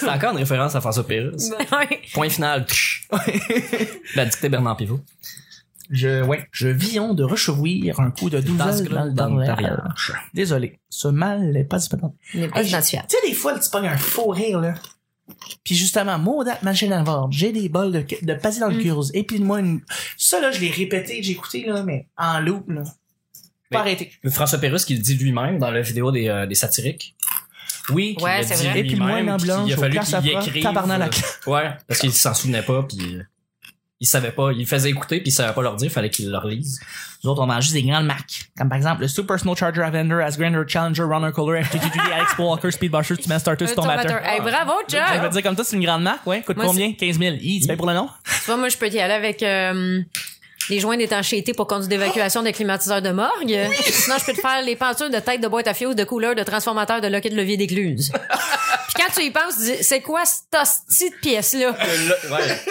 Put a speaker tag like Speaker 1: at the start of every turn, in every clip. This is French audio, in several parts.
Speaker 1: C'est encore une référence à François Pérus.
Speaker 2: Ouais.
Speaker 1: Point final. La dictée Bernard Pivot.
Speaker 3: Je, ouais, je villon de rechevouir un coup de douzaine dans le derrière. Désolé, ce mal n'est pas disponible.
Speaker 2: n'est pas
Speaker 3: Ah, j'ai-
Speaker 2: identifiable.
Speaker 3: Tu sais, des fois, tu pognes un faux rire, là. Puis justement, maudite machine à vendre, j'ai des bols de, de passer dans le
Speaker 2: Mm.
Speaker 3: curse. Et puis moi, une... ça, là, je l'ai répété, j'ai écouté, là, mais en loop, là.
Speaker 1: Mais-
Speaker 3: Pas arrêté.
Speaker 1: François Pérus qui le dit lui-même dans la vidéo des, euh, des satiriques. Oui, qui
Speaker 2: Ouais,
Speaker 1: le
Speaker 2: c'est
Speaker 1: dit
Speaker 2: vrai.
Speaker 3: Et puis le
Speaker 1: lui-même,
Speaker 3: moine en
Speaker 1: puis
Speaker 3: blanc,
Speaker 1: il a
Speaker 3: au
Speaker 1: fallu
Speaker 3: classe à
Speaker 1: qu'il
Speaker 3: part,
Speaker 1: écrive.
Speaker 3: tabarnak.
Speaker 1: euh, Ouais, parce qu'il s'en souvenait pas, puis euh, il savait pas, il faisait écouter, puis il savait pas leur dire, fallait qu'il leur lise.
Speaker 3: Nous autres, on mange juste des grandes marques. Comme par exemple, le Super Snow Charger Avenger, Asgrander Challenger, Runner Color, FTGD, Alex Walker, Speedbusher, Speedmaster, Starter,
Speaker 2: Un tomateur.
Speaker 3: Stormbatter.
Speaker 2: Hey, bravo,
Speaker 3: Je vais
Speaker 2: John!
Speaker 3: dire comme ça, c'est une grande marque, ouais. Coûte
Speaker 2: Moi,
Speaker 3: combien? 15 000. Hi, tu payes pour le nom?
Speaker 2: Tu vois, moi, je peux y aller avec euh, les joints d'étanchéité pour conduire d'évacuation de climatiseurs de morgue. Sinon, je peux te faire les peintures de tête de boîte à fioul, de couleur, de transformateur, de loquet de levier d'écluse. Puis quand tu y penses, tu dis, c'est quoi cette hostie de pièce-là?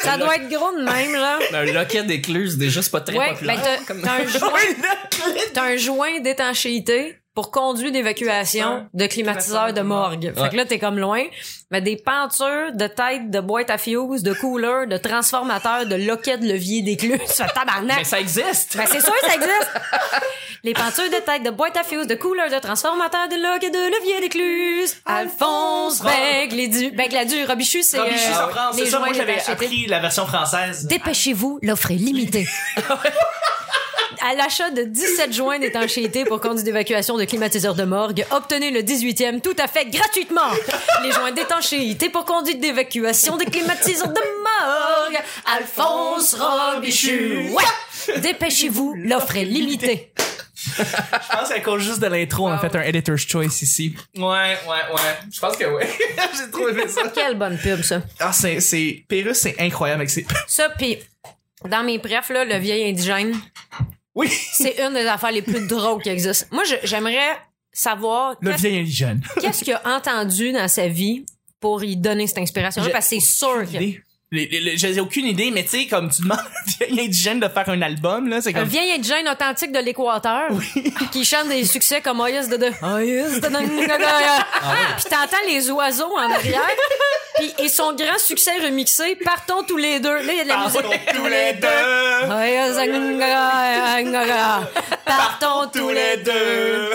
Speaker 2: Ça doit être gros de même, là.
Speaker 1: Un loquet d'écluse, déjà, c'est pas très
Speaker 2: Ouais, ben
Speaker 1: populaire.
Speaker 2: t'as t'as un joint, t'as un joint d'étanchéité pour conduit d'évacuation de climatiseur de morgue. Fait
Speaker 1: Ouais.
Speaker 2: que là t'es comme loin, mais des pentures de tête de boîte à fiouz, de couleur, de transformateur, de loquet de levier d'écluse, ça
Speaker 1: Mais
Speaker 2: tabarnak.
Speaker 1: ça existe!
Speaker 2: Ben c'est sûr que ça existe. Les peintures de tête de boîte à fiouz, de couleur, de transformateur, de loquet de levier d'écluse. Alphonse Beigle, du Begladu, Robichus, c'est
Speaker 3: Robichus,
Speaker 2: euh,
Speaker 3: en France,
Speaker 2: les
Speaker 3: c'est ça, moi,
Speaker 2: joints
Speaker 3: j'avais
Speaker 2: d'étanchéité.
Speaker 3: appris la version française.
Speaker 2: Dépêchez-vous, l'offre est limitée. À l'achat de 17 joints d'étanchéité pour conduite d'évacuation de climatiseurs de morgue, obtenez le 18e tout à fait gratuitement. Les joints d'étanchéité pour conduite d'évacuation de climatiseurs de morgue. Alphonse Robichou. Ouais. Dépêchez-vous, l'offre est limitée.
Speaker 3: Je pense qu'à cause juste de l'intro, on a fait un editor's choice ici.
Speaker 1: Ouais, ouais, ouais. Je pense que ouais.
Speaker 3: J'ai trouvé ça.
Speaker 2: Quelle bonne pub, ça.
Speaker 3: Ah, c'est, c'est, Pérus, c'est incroyable avec ses.
Speaker 2: Ça, pis dans mes prefs, là, le vieil indigène,
Speaker 3: Oui!
Speaker 2: c'est une des affaires les plus drôles qui existent. Moi, je- j'aimerais savoir
Speaker 3: Le
Speaker 2: qu'est-ce
Speaker 3: vieil indigène.
Speaker 2: qu'est-ce qu'il a entendu dans sa vie pour y donner cette inspiration-là?
Speaker 3: J'ai
Speaker 2: Parce que c'est sûr que
Speaker 3: Idée. Les- les- les- J'ai aucune idée, mais tu sais, comme tu demandes à un vieil indigène de faire un album, là, c'est
Speaker 2: un
Speaker 3: comme.
Speaker 2: vieil indigène authentique de l'Équateur qui chante des succès comme Oyes de de Oyes de Ah Puis t'entends les oiseaux en arrière. Puis et son grand succès remixé, partons tous les deux. Là, il y a de la musique.
Speaker 3: Ah, tous les deux!
Speaker 2: Oyez de Nungaga, Partons tous les deux.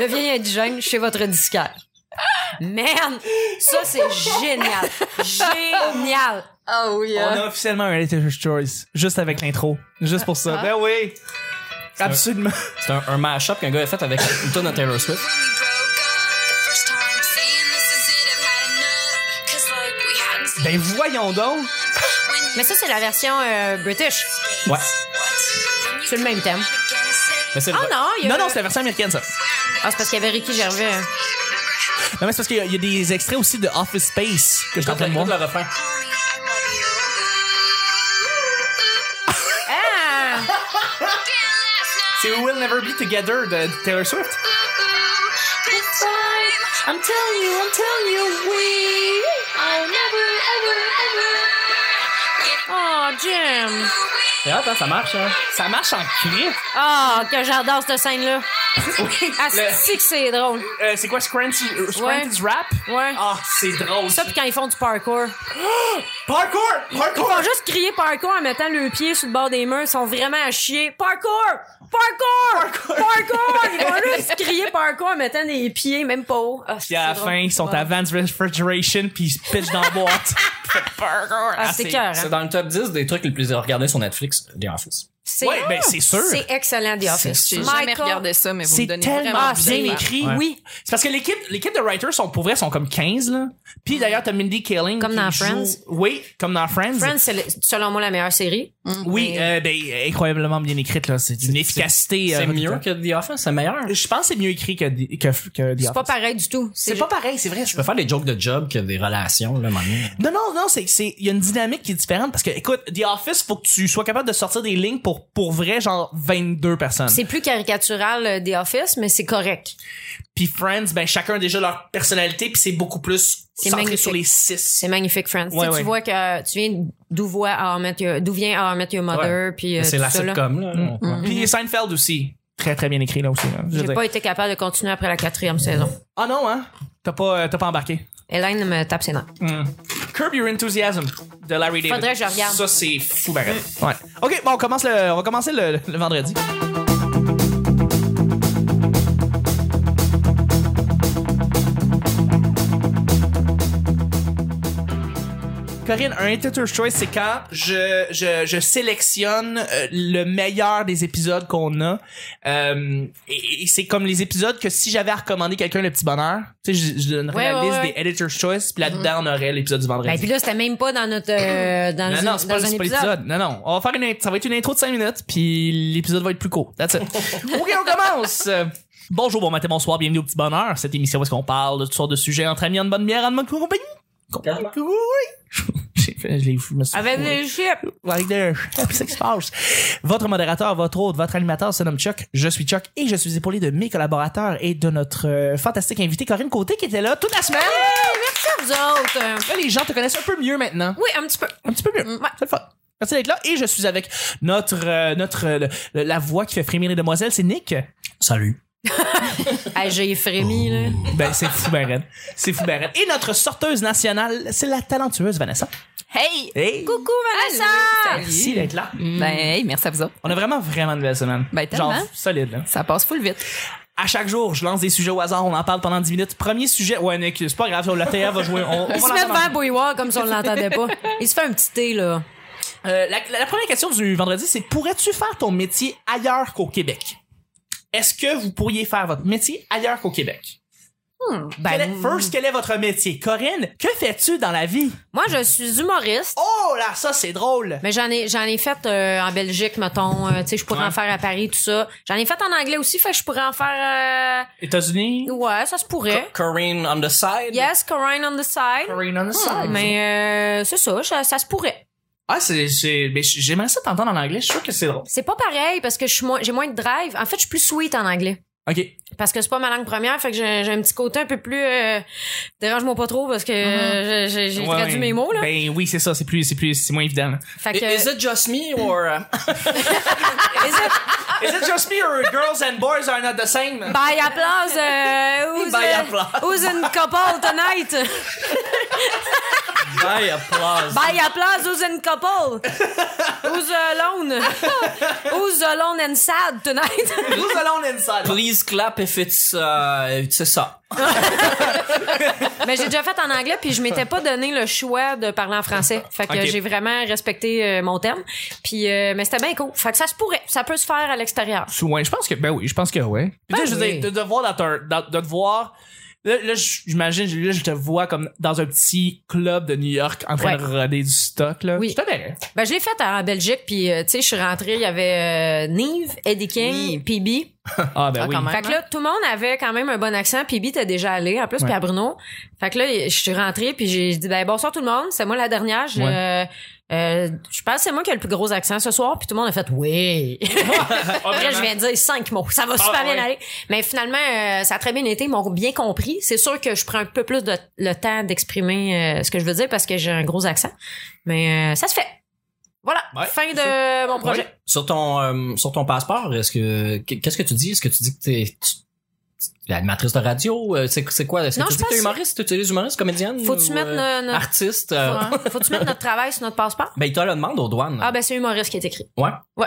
Speaker 2: Le vieil indigène chez votre disquaire. Man, ça c'est génial. Génial. Oh oui.
Speaker 3: On a officiellement un Editor's Choice, juste avec l'intro. Juste pour ça. Ben oui! Absolument.
Speaker 1: Ah. C'est un, un mash-up qu'un gars a fait avec une tonne de Taylor Swift.
Speaker 4: When we broke up the first time, saying this is it, I've had enough. 'Cause, like, we hadn't seen
Speaker 3: Ben voyons donc!
Speaker 4: when you
Speaker 2: Mais ça, c'est la version euh, british.
Speaker 1: Ouais.
Speaker 2: C'est le même thème.
Speaker 1: Mais c'est
Speaker 2: Ah
Speaker 1: vrai.
Speaker 2: non, il y a...
Speaker 3: Non, non, c'est la version américaine, ça.
Speaker 2: Ah, c'est parce qu'il y avait Ricky Gervais. hein.
Speaker 3: Non, mais c'est parce qu'il y, a- il y a des extraits aussi de Office Space que je suis en train de
Speaker 1: Écoute
Speaker 3: voir.
Speaker 1: le refrain.
Speaker 2: Ah!
Speaker 3: C'est We Will Never Be Together de Taylor Swift.
Speaker 2: I'm telling you, I'm telling you, we... Oh, Jim!
Speaker 1: C'est hot, hein, ça marche, hein.
Speaker 3: Ça marche en cri.
Speaker 2: Oh, que j'adore cette scène-là. Ah, c'est que c'est drôle.
Speaker 3: Euh, c'est quoi Scranty, euh, Scranty's Rap?
Speaker 2: Ouais.
Speaker 3: Ah, c'est drôle.
Speaker 2: Ça, puis quand ils font du parkour.
Speaker 3: Parkour! Parkour!
Speaker 2: Ils font juste crier parkour en mettant le pied sur le bord des murs. Ils sont vraiment à chier. Parkour! Parkour! Parkour! Ils vont juste crier parkour en mettant des pieds, même pas haut. Ah,
Speaker 3: Puis à la
Speaker 2: c'est drôle.
Speaker 3: fin, ils sont
Speaker 2: Ouais.
Speaker 3: à Vans Refrigeration, puis ils se pitchent dans la boîte.
Speaker 2: Ah, c'est cœur, hein?
Speaker 1: C'est dans le top 10 des trucs les plus regardés sur Netflix, euh, The Office.
Speaker 2: C'est
Speaker 3: Ouais, ben, c'est sûr.
Speaker 2: C'est excellent The Office.
Speaker 5: J'ai jamais
Speaker 2: Michael-
Speaker 5: regardé ça, mais vous
Speaker 3: C'est
Speaker 5: me donnez
Speaker 3: tellement
Speaker 5: vraiment
Speaker 3: bien écrit.
Speaker 1: Ouais.
Speaker 3: Oui. C'est parce que l'équipe, l'équipe de writers sont pour vrai, sont comme 15, là. Puis d'ailleurs, t'as Mindy Kaling.
Speaker 2: Comme
Speaker 3: qui
Speaker 2: dans
Speaker 3: joue-
Speaker 2: Friends.
Speaker 3: Oui, comme dans Friends.
Speaker 2: Friends, c'est le- selon moi la meilleure série.
Speaker 3: Oui, euh, ben, incroyablement bien écrite, là. C'est d'une efficacité.
Speaker 1: C'est
Speaker 3: euh,
Speaker 1: mieux que The Office, c'est meilleur. Je
Speaker 3: Je pense que c'est mieux écrit que, The- que, que The
Speaker 2: C'est pas
Speaker 3: Office.
Speaker 2: pareil du tout.
Speaker 3: C'est pas pareil, c'est vrai. Je
Speaker 1: peux faire des jokes de job que des relations, là, maintenant.
Speaker 3: Non, non, non, c'est, c'est, il y a une dynamique qui est différente parce que, écoute, The Office, faut que tu sois capable de sortir des lignes pour, pour vrai, genre 22 personnes.
Speaker 2: C'est plus caricatural euh, The Office, mais c'est correct.
Speaker 3: Puis Friends, ben, chacun a déjà leur personnalité, puis c'est beaucoup plus
Speaker 2: C'est
Speaker 3: centré
Speaker 2: magnifique.
Speaker 3: sur les six.
Speaker 2: C'est magnifique, Friends. Tu sais,
Speaker 3: Ouais,
Speaker 2: tu
Speaker 3: ouais.
Speaker 2: vois que euh, tu viens d'où voit How I Met Your- d'où vient How I Met Your Mother, puis euh,
Speaker 1: C'est
Speaker 2: tout
Speaker 1: la
Speaker 2: ça, là. Mm,
Speaker 1: sitcom, là. Ouais.
Speaker 3: Puis Seinfeld aussi. Très, très bien écrit, là aussi. là. Je veux
Speaker 2: J'ai
Speaker 3: dire.
Speaker 2: pas été capable de continuer après la quatrième saison.
Speaker 3: Ah non, hein? T'as pas, euh, t'as pas embarqué.
Speaker 2: Hélène me tape ses nerfs.
Speaker 3: Hmm. Curb Your Enthusiasm de Larry David.
Speaker 2: Faudrait que je regarde. Mm.
Speaker 3: Ça, c'est fou, pareil. Ouais. OK, bon, on, commence le, on va commencer le, le vendredi. Corinne, un Editor's Choice, c'est quand je, je, je sélectionne euh, le meilleur des épisodes qu'on a. Euh, et, et c'est comme les épisodes que si j'avais à recommander quelqu'un le petit bonheur, tu sais, je, je donnerais
Speaker 2: Ouais,
Speaker 3: la
Speaker 2: ouais,
Speaker 3: liste
Speaker 2: ouais.
Speaker 3: des Editor's Choice, puis là-dedans, on aurait l'épisode du vendredi.
Speaker 2: Ben, puis là, c'était même pas dans notre. euh, dans
Speaker 3: Mhm. Non,
Speaker 2: une-
Speaker 3: non, c'est pas,
Speaker 2: dans un
Speaker 3: c'est pas l'épisode. Non, non. On va faire une, int- ça va être une intro de 5 minutes, puis l'épisode va être plus court. That's it. OK, on commence! Euh, Bonjour, bon matin, bonsoir, bienvenue au Petit Bonheur. Cette émission où est-ce qu'on parle de toutes sortes de sujets entre amis, en bonne bière, en bonne compagnie. Compagnie. Oui. J'ai fait- je l'ai- je me suis
Speaker 2: Avec
Speaker 3: fourré.
Speaker 2: des chips.
Speaker 3: Avec des chips, c'est que ça passe. Votre modérateur, votre hôte, votre animateur se nomme Chuck. Je suis Chuck et je suis épaulé de mes collaborateurs et de notre euh, fantastique invitée Corinne Côté qui était là toute la semaine.
Speaker 2: Merci à vous autres. euh.
Speaker 3: Là, les gens te connaissent un peu mieux maintenant.
Speaker 2: Oui, un petit peu.
Speaker 3: Un petit peu mieux.
Speaker 2: Mm, ouais.
Speaker 3: C'est le fun. Merci d'être là. Et je suis avec notre, euh, notre, euh, le- la voix qui fait frémir les demoiselles, c'est Nick.
Speaker 1: Salut.
Speaker 2: Ah, j'ai frémi, là.
Speaker 3: Ben, c'est fou, ben raide. C'est fou, ben raide. Et notre sorteuse nationale, c'est la talentueuse Vanessa.
Speaker 5: Hey!
Speaker 3: Hey!
Speaker 2: Coucou, Vanessa!
Speaker 3: Merci d'être là.
Speaker 5: Ben, hey, merci à vous autres.
Speaker 3: On a vraiment, vraiment de belles semaines.
Speaker 5: Ben, tellement.
Speaker 3: Genre, solide, là.
Speaker 5: Ça passe full vite.
Speaker 3: À chaque jour, je lance des sujets au hasard, on en parle pendant 10 minutes. Premier sujet, ouais, Nick, c'est pas grave, la TA va jouer. On, on va
Speaker 2: Il se
Speaker 3: lancer
Speaker 2: met devant
Speaker 3: ensemble.
Speaker 2: un bouilloire comme si on l'entendait pas. Il se fait un petit thé, là.
Speaker 3: Euh, la, la- la première question du vendredi, c'est pourrais-tu faire ton métier ailleurs qu'au Québec? Est-ce que vous pourriez faire votre métier ailleurs qu'au Québec? Quel est-
Speaker 2: Ben,
Speaker 3: first, quel est votre métier? Corinne, que fais-tu dans la vie?
Speaker 2: moi, je suis humoriste.
Speaker 3: Oh là, ça c'est drôle!
Speaker 2: Mais j'en ai, j'en ai fait euh, en Belgique, mettons. euh, tu sais, je pourrais
Speaker 3: Ouais.
Speaker 2: en faire à Paris, tout ça. J'en ai fait en anglais aussi, fait que je pourrais en faire.
Speaker 3: États-Unis?
Speaker 2: euh, Ouais, ça se pourrait.
Speaker 1: Corinne on the side.
Speaker 2: Yes, Corinne on the side.
Speaker 3: Corinne on the
Speaker 2: Hmm,
Speaker 3: side.
Speaker 2: Mais euh, c'est ça, ça, ça se pourrait.
Speaker 3: Ah, c'est, c'est, mais j- j'aimerais ça t'entendre en anglais, je suis sûr que c'est drôle.
Speaker 2: C'est pas pareil parce que je suis moins- j'ai moins de drive. En fait, je suis plus sweet en anglais.
Speaker 3: Ok.
Speaker 2: Parce que c'est pas ma langue première, fait que j'ai j'ai un petit côté un peu plus. euh, Dérange-moi pas trop parce que euh, j'ai j'ai
Speaker 3: Ouais,
Speaker 2: traduit
Speaker 3: ouais.
Speaker 2: mes mots, là.
Speaker 3: Ben oui, c'est ça, c'est plus, c'est plus, c'est moins évident. là.
Speaker 2: fait que.
Speaker 1: I- Is it just me or uh,
Speaker 2: is it-
Speaker 3: Is it just me or girls and boys are not the same?
Speaker 2: By applause, euh, who's,
Speaker 1: By
Speaker 2: euh,
Speaker 1: applause.
Speaker 2: who's in couple tonight?
Speaker 1: by applause?
Speaker 2: By applause, who's in couple? Who's alone? Who's alone and sad tonight?
Speaker 3: Nous allons inside.
Speaker 1: Please clap if it's uh, c'est ça.
Speaker 2: Mais Ben, j'ai déjà fait en anglais, puis je m'étais pas donné le choix de parler en français. Fait que
Speaker 3: Ok.
Speaker 2: j'ai vraiment respecté euh, mon terme. Puis, euh, mais c'était bien cool. Fait que ça se pourrait. Ça peut se faire à l'extérieur.
Speaker 3: Ouais, je pense que ben oui, je pense que ouais. Puis tu sais, je veux
Speaker 2: Ben oui.
Speaker 3: dire, de, de voir dans ton- dans- de te voir là, là, j'imagine là je te vois comme dans un petit club de New York en train
Speaker 2: Ouais.
Speaker 3: de roder du stock là.
Speaker 2: Oui.
Speaker 3: Je te verrais.
Speaker 2: Ben, je l'ai fait en Belgique, puis euh, tu sais, je suis rentrée, il y avait euh, Nive, Eddie King, PB.
Speaker 3: Ah ben
Speaker 5: Ah,
Speaker 3: oui.
Speaker 5: quand même.
Speaker 2: Fait que là, tout le monde avait quand même un bon accent. Puis Bibi était déjà allé, en plus,
Speaker 3: Ouais.
Speaker 2: puis à Bruno. Fait que là, je suis rentrée, puis j'ai dit, ben, bonsoir tout le monde. C'est moi la dernière. Je, euh, je pense que c'est moi qui ai le plus gros accent ce soir. Puis tout le monde a fait, oui. Après, je viens de dire cinq mots. Ça va super
Speaker 3: Ah,
Speaker 2: bien
Speaker 3: ouais.
Speaker 2: aller. Mais finalement, euh, ça a très bien été. Ils m'ont bien compris. C'est sûr que je prends un peu plus de, le temps d'exprimer euh, ce que je veux dire parce que j'ai un gros accent. Mais euh, ça se fait. Voilà.
Speaker 1: Ouais,
Speaker 2: fin de mon projet.
Speaker 1: Ouais. Sur ton euh, sur ton passeport, est-ce que qu'est-ce que tu dis Est-ce que tu dis que t'es tu- t'es animatrice de radio Euh, C'est c'est quoi Est-ce que
Speaker 2: Non,
Speaker 1: tu
Speaker 2: je
Speaker 1: dis que t'es
Speaker 2: pense-
Speaker 1: humoriste Tu utilises humoriste, comédienne
Speaker 2: Faut-tu
Speaker 1: ou,
Speaker 2: mettre
Speaker 1: euh,
Speaker 2: no- no-
Speaker 1: artiste euh,
Speaker 2: Faut-tu mettre notre travail sur notre passeport?
Speaker 1: Ben, il te le demande aux douanes.
Speaker 2: Ah ben c'est humoriste qui est écrit.
Speaker 1: Ouais.
Speaker 2: Ouais.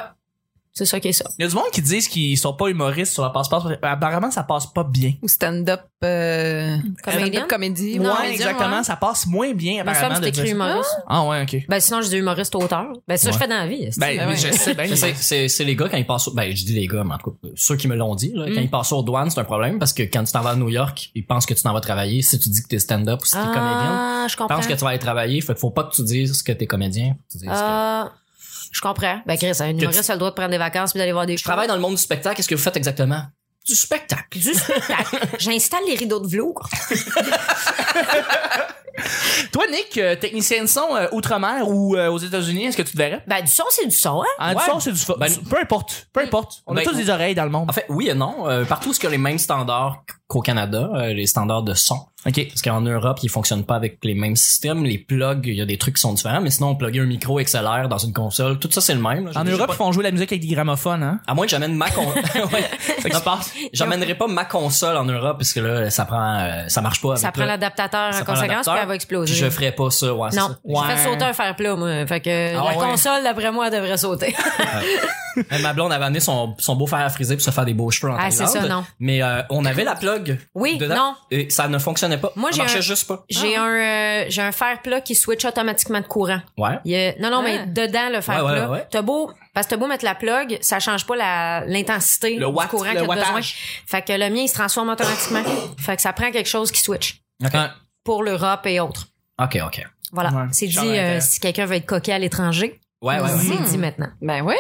Speaker 2: C'est ça qui est ça.
Speaker 3: Il y a du monde qui disent qu'ils sont pas humoristes sur leur passeport. parce que Apparemment, ça passe pas bien.
Speaker 5: Ou stand-up euh,
Speaker 2: Comédienne?
Speaker 5: stand-up comédie.
Speaker 2: Non,
Speaker 5: ouais.
Speaker 2: mais dis-moi.
Speaker 3: exactement. Ça passe moins bien,
Speaker 2: Mais ça
Speaker 3: apparemment.
Speaker 2: me c'est
Speaker 3: de dire
Speaker 2: écrit
Speaker 3: ça.
Speaker 2: humoriste.
Speaker 3: Ah, ouais, ok.
Speaker 2: Ben sinon je dis humoriste auteur. Ben ça
Speaker 3: Ouais.
Speaker 2: je fais dans la vie. est-ce que-
Speaker 3: Ben,
Speaker 5: Ah
Speaker 3: oui,
Speaker 5: ouais.
Speaker 3: je sais bien.
Speaker 1: Mais C'est, c'est, c'est les gars quand ils passent au- ben je dis les gars mais en tout cas ceux qui me l'ont dit là, quand
Speaker 2: Mm.
Speaker 1: ils passent aux douanes c'est un problème parce que quand tu t'en vas à New York ils pensent que tu t'en vas travailler si tu dis que t'es stand-up ou si t'es comédien
Speaker 2: ah, je
Speaker 1: ils
Speaker 2: comprends.
Speaker 1: pensent que tu vas aller travailler fait que faut pas que tu dises que t'es comédien faut que tu dises que-
Speaker 2: Ah, je comprends. Ben Chris, un humoriste a le droit de prendre des vacances puis d'aller voir des
Speaker 1: je travaille dans le monde du spectacle qu'est-ce que vous faites exactement du spectacle
Speaker 2: du spectacle. J'installe les rideaux de velours.
Speaker 3: Toi, Nick, euh, technicien de son euh, outre-mer ou euh, aux États-Unis, est-ce que tu te verrais?
Speaker 2: Ben du son c'est du son hein.
Speaker 3: En
Speaker 1: Ouais.
Speaker 3: du son, c'est du fa-
Speaker 1: Ben-
Speaker 3: du- Peu importe. Peu importe. On a
Speaker 1: Ben-
Speaker 3: tous des oreilles dans le monde.
Speaker 1: en fait oui et non Euh, partout ce que les mêmes standards qu'au Canada, euh, les standards de son.
Speaker 3: OK.
Speaker 1: Parce qu'en Europe, ils fonctionnent pas avec les mêmes systèmes. Les plugs, il y a des trucs qui sont différents, mais sinon, plugger un micro XLR dans une console, tout ça, c'est le même. là. J'ai
Speaker 3: En
Speaker 1: déjà
Speaker 3: Europe,
Speaker 1: pas-
Speaker 3: ils font jouer la musique avec des gramophones, hein?
Speaker 1: À moins que j'amène ma console.
Speaker 3: Ça se passe.
Speaker 1: J'amènerai pas ma console en Europe, parce que là, ça prend, euh, ça marche pas.
Speaker 2: Ça
Speaker 1: avec
Speaker 2: prend
Speaker 1: le-
Speaker 2: l'adaptateur
Speaker 1: ça
Speaker 2: en
Speaker 1: prend
Speaker 2: conséquence,
Speaker 1: l'adaptateur,
Speaker 2: puis elle va
Speaker 1: Puis
Speaker 2: exploser.
Speaker 1: je ferai pas ça, ouais. c'est
Speaker 2: non,
Speaker 1: ça.
Speaker 2: je fais sauter un fer plat, moi. Fait que
Speaker 1: Ah
Speaker 2: la
Speaker 1: ouais.
Speaker 2: console, d'après moi, elle devrait sauter.
Speaker 1: Mais ma blonde avait amené son, son beau fer à friser pour se faire des beaux cheveux en
Speaker 2: Ah, c'est
Speaker 1: Thaïlande.
Speaker 2: ça, non.
Speaker 1: Mais euh, on avait la plug.
Speaker 2: Oui,
Speaker 1: dedans,
Speaker 2: non.
Speaker 1: Et ça ne fonctionnait pas.
Speaker 2: Moi,
Speaker 1: ça
Speaker 2: j'ai
Speaker 1: marchait
Speaker 2: un-
Speaker 1: juste pas.
Speaker 2: J'ai un, euh, j'ai un fer plat qui switch automatiquement de courant.
Speaker 1: Ouais.
Speaker 2: Il y a- Non, non, mais
Speaker 5: Ah.
Speaker 2: dedans, le fer
Speaker 1: Hein? Ouais, ouais,
Speaker 2: plat,
Speaker 1: ouais.
Speaker 2: t'as beau, parce que t'as beau mettre la plug, ça change pas la- l'intensité du
Speaker 3: Le watt,
Speaker 2: courant
Speaker 3: le
Speaker 2: que t'as besoin.
Speaker 3: wattage.
Speaker 2: Fait que le mien, il se transforme automatiquement. fait que ça prend quelque chose qui switch
Speaker 1: OK,
Speaker 2: pour l'Europe et autres.
Speaker 1: OK. ok.
Speaker 2: Voilà.
Speaker 3: Ouais.
Speaker 2: C'est dit,
Speaker 3: Genre,
Speaker 2: euh,
Speaker 3: euh,
Speaker 2: si quelqu'un veut être coquet à l'étranger,
Speaker 3: Ah
Speaker 1: Ouais, ouais, ouais.
Speaker 2: c'est
Speaker 5: Hmm.
Speaker 2: dit maintenant.
Speaker 5: Ben oui.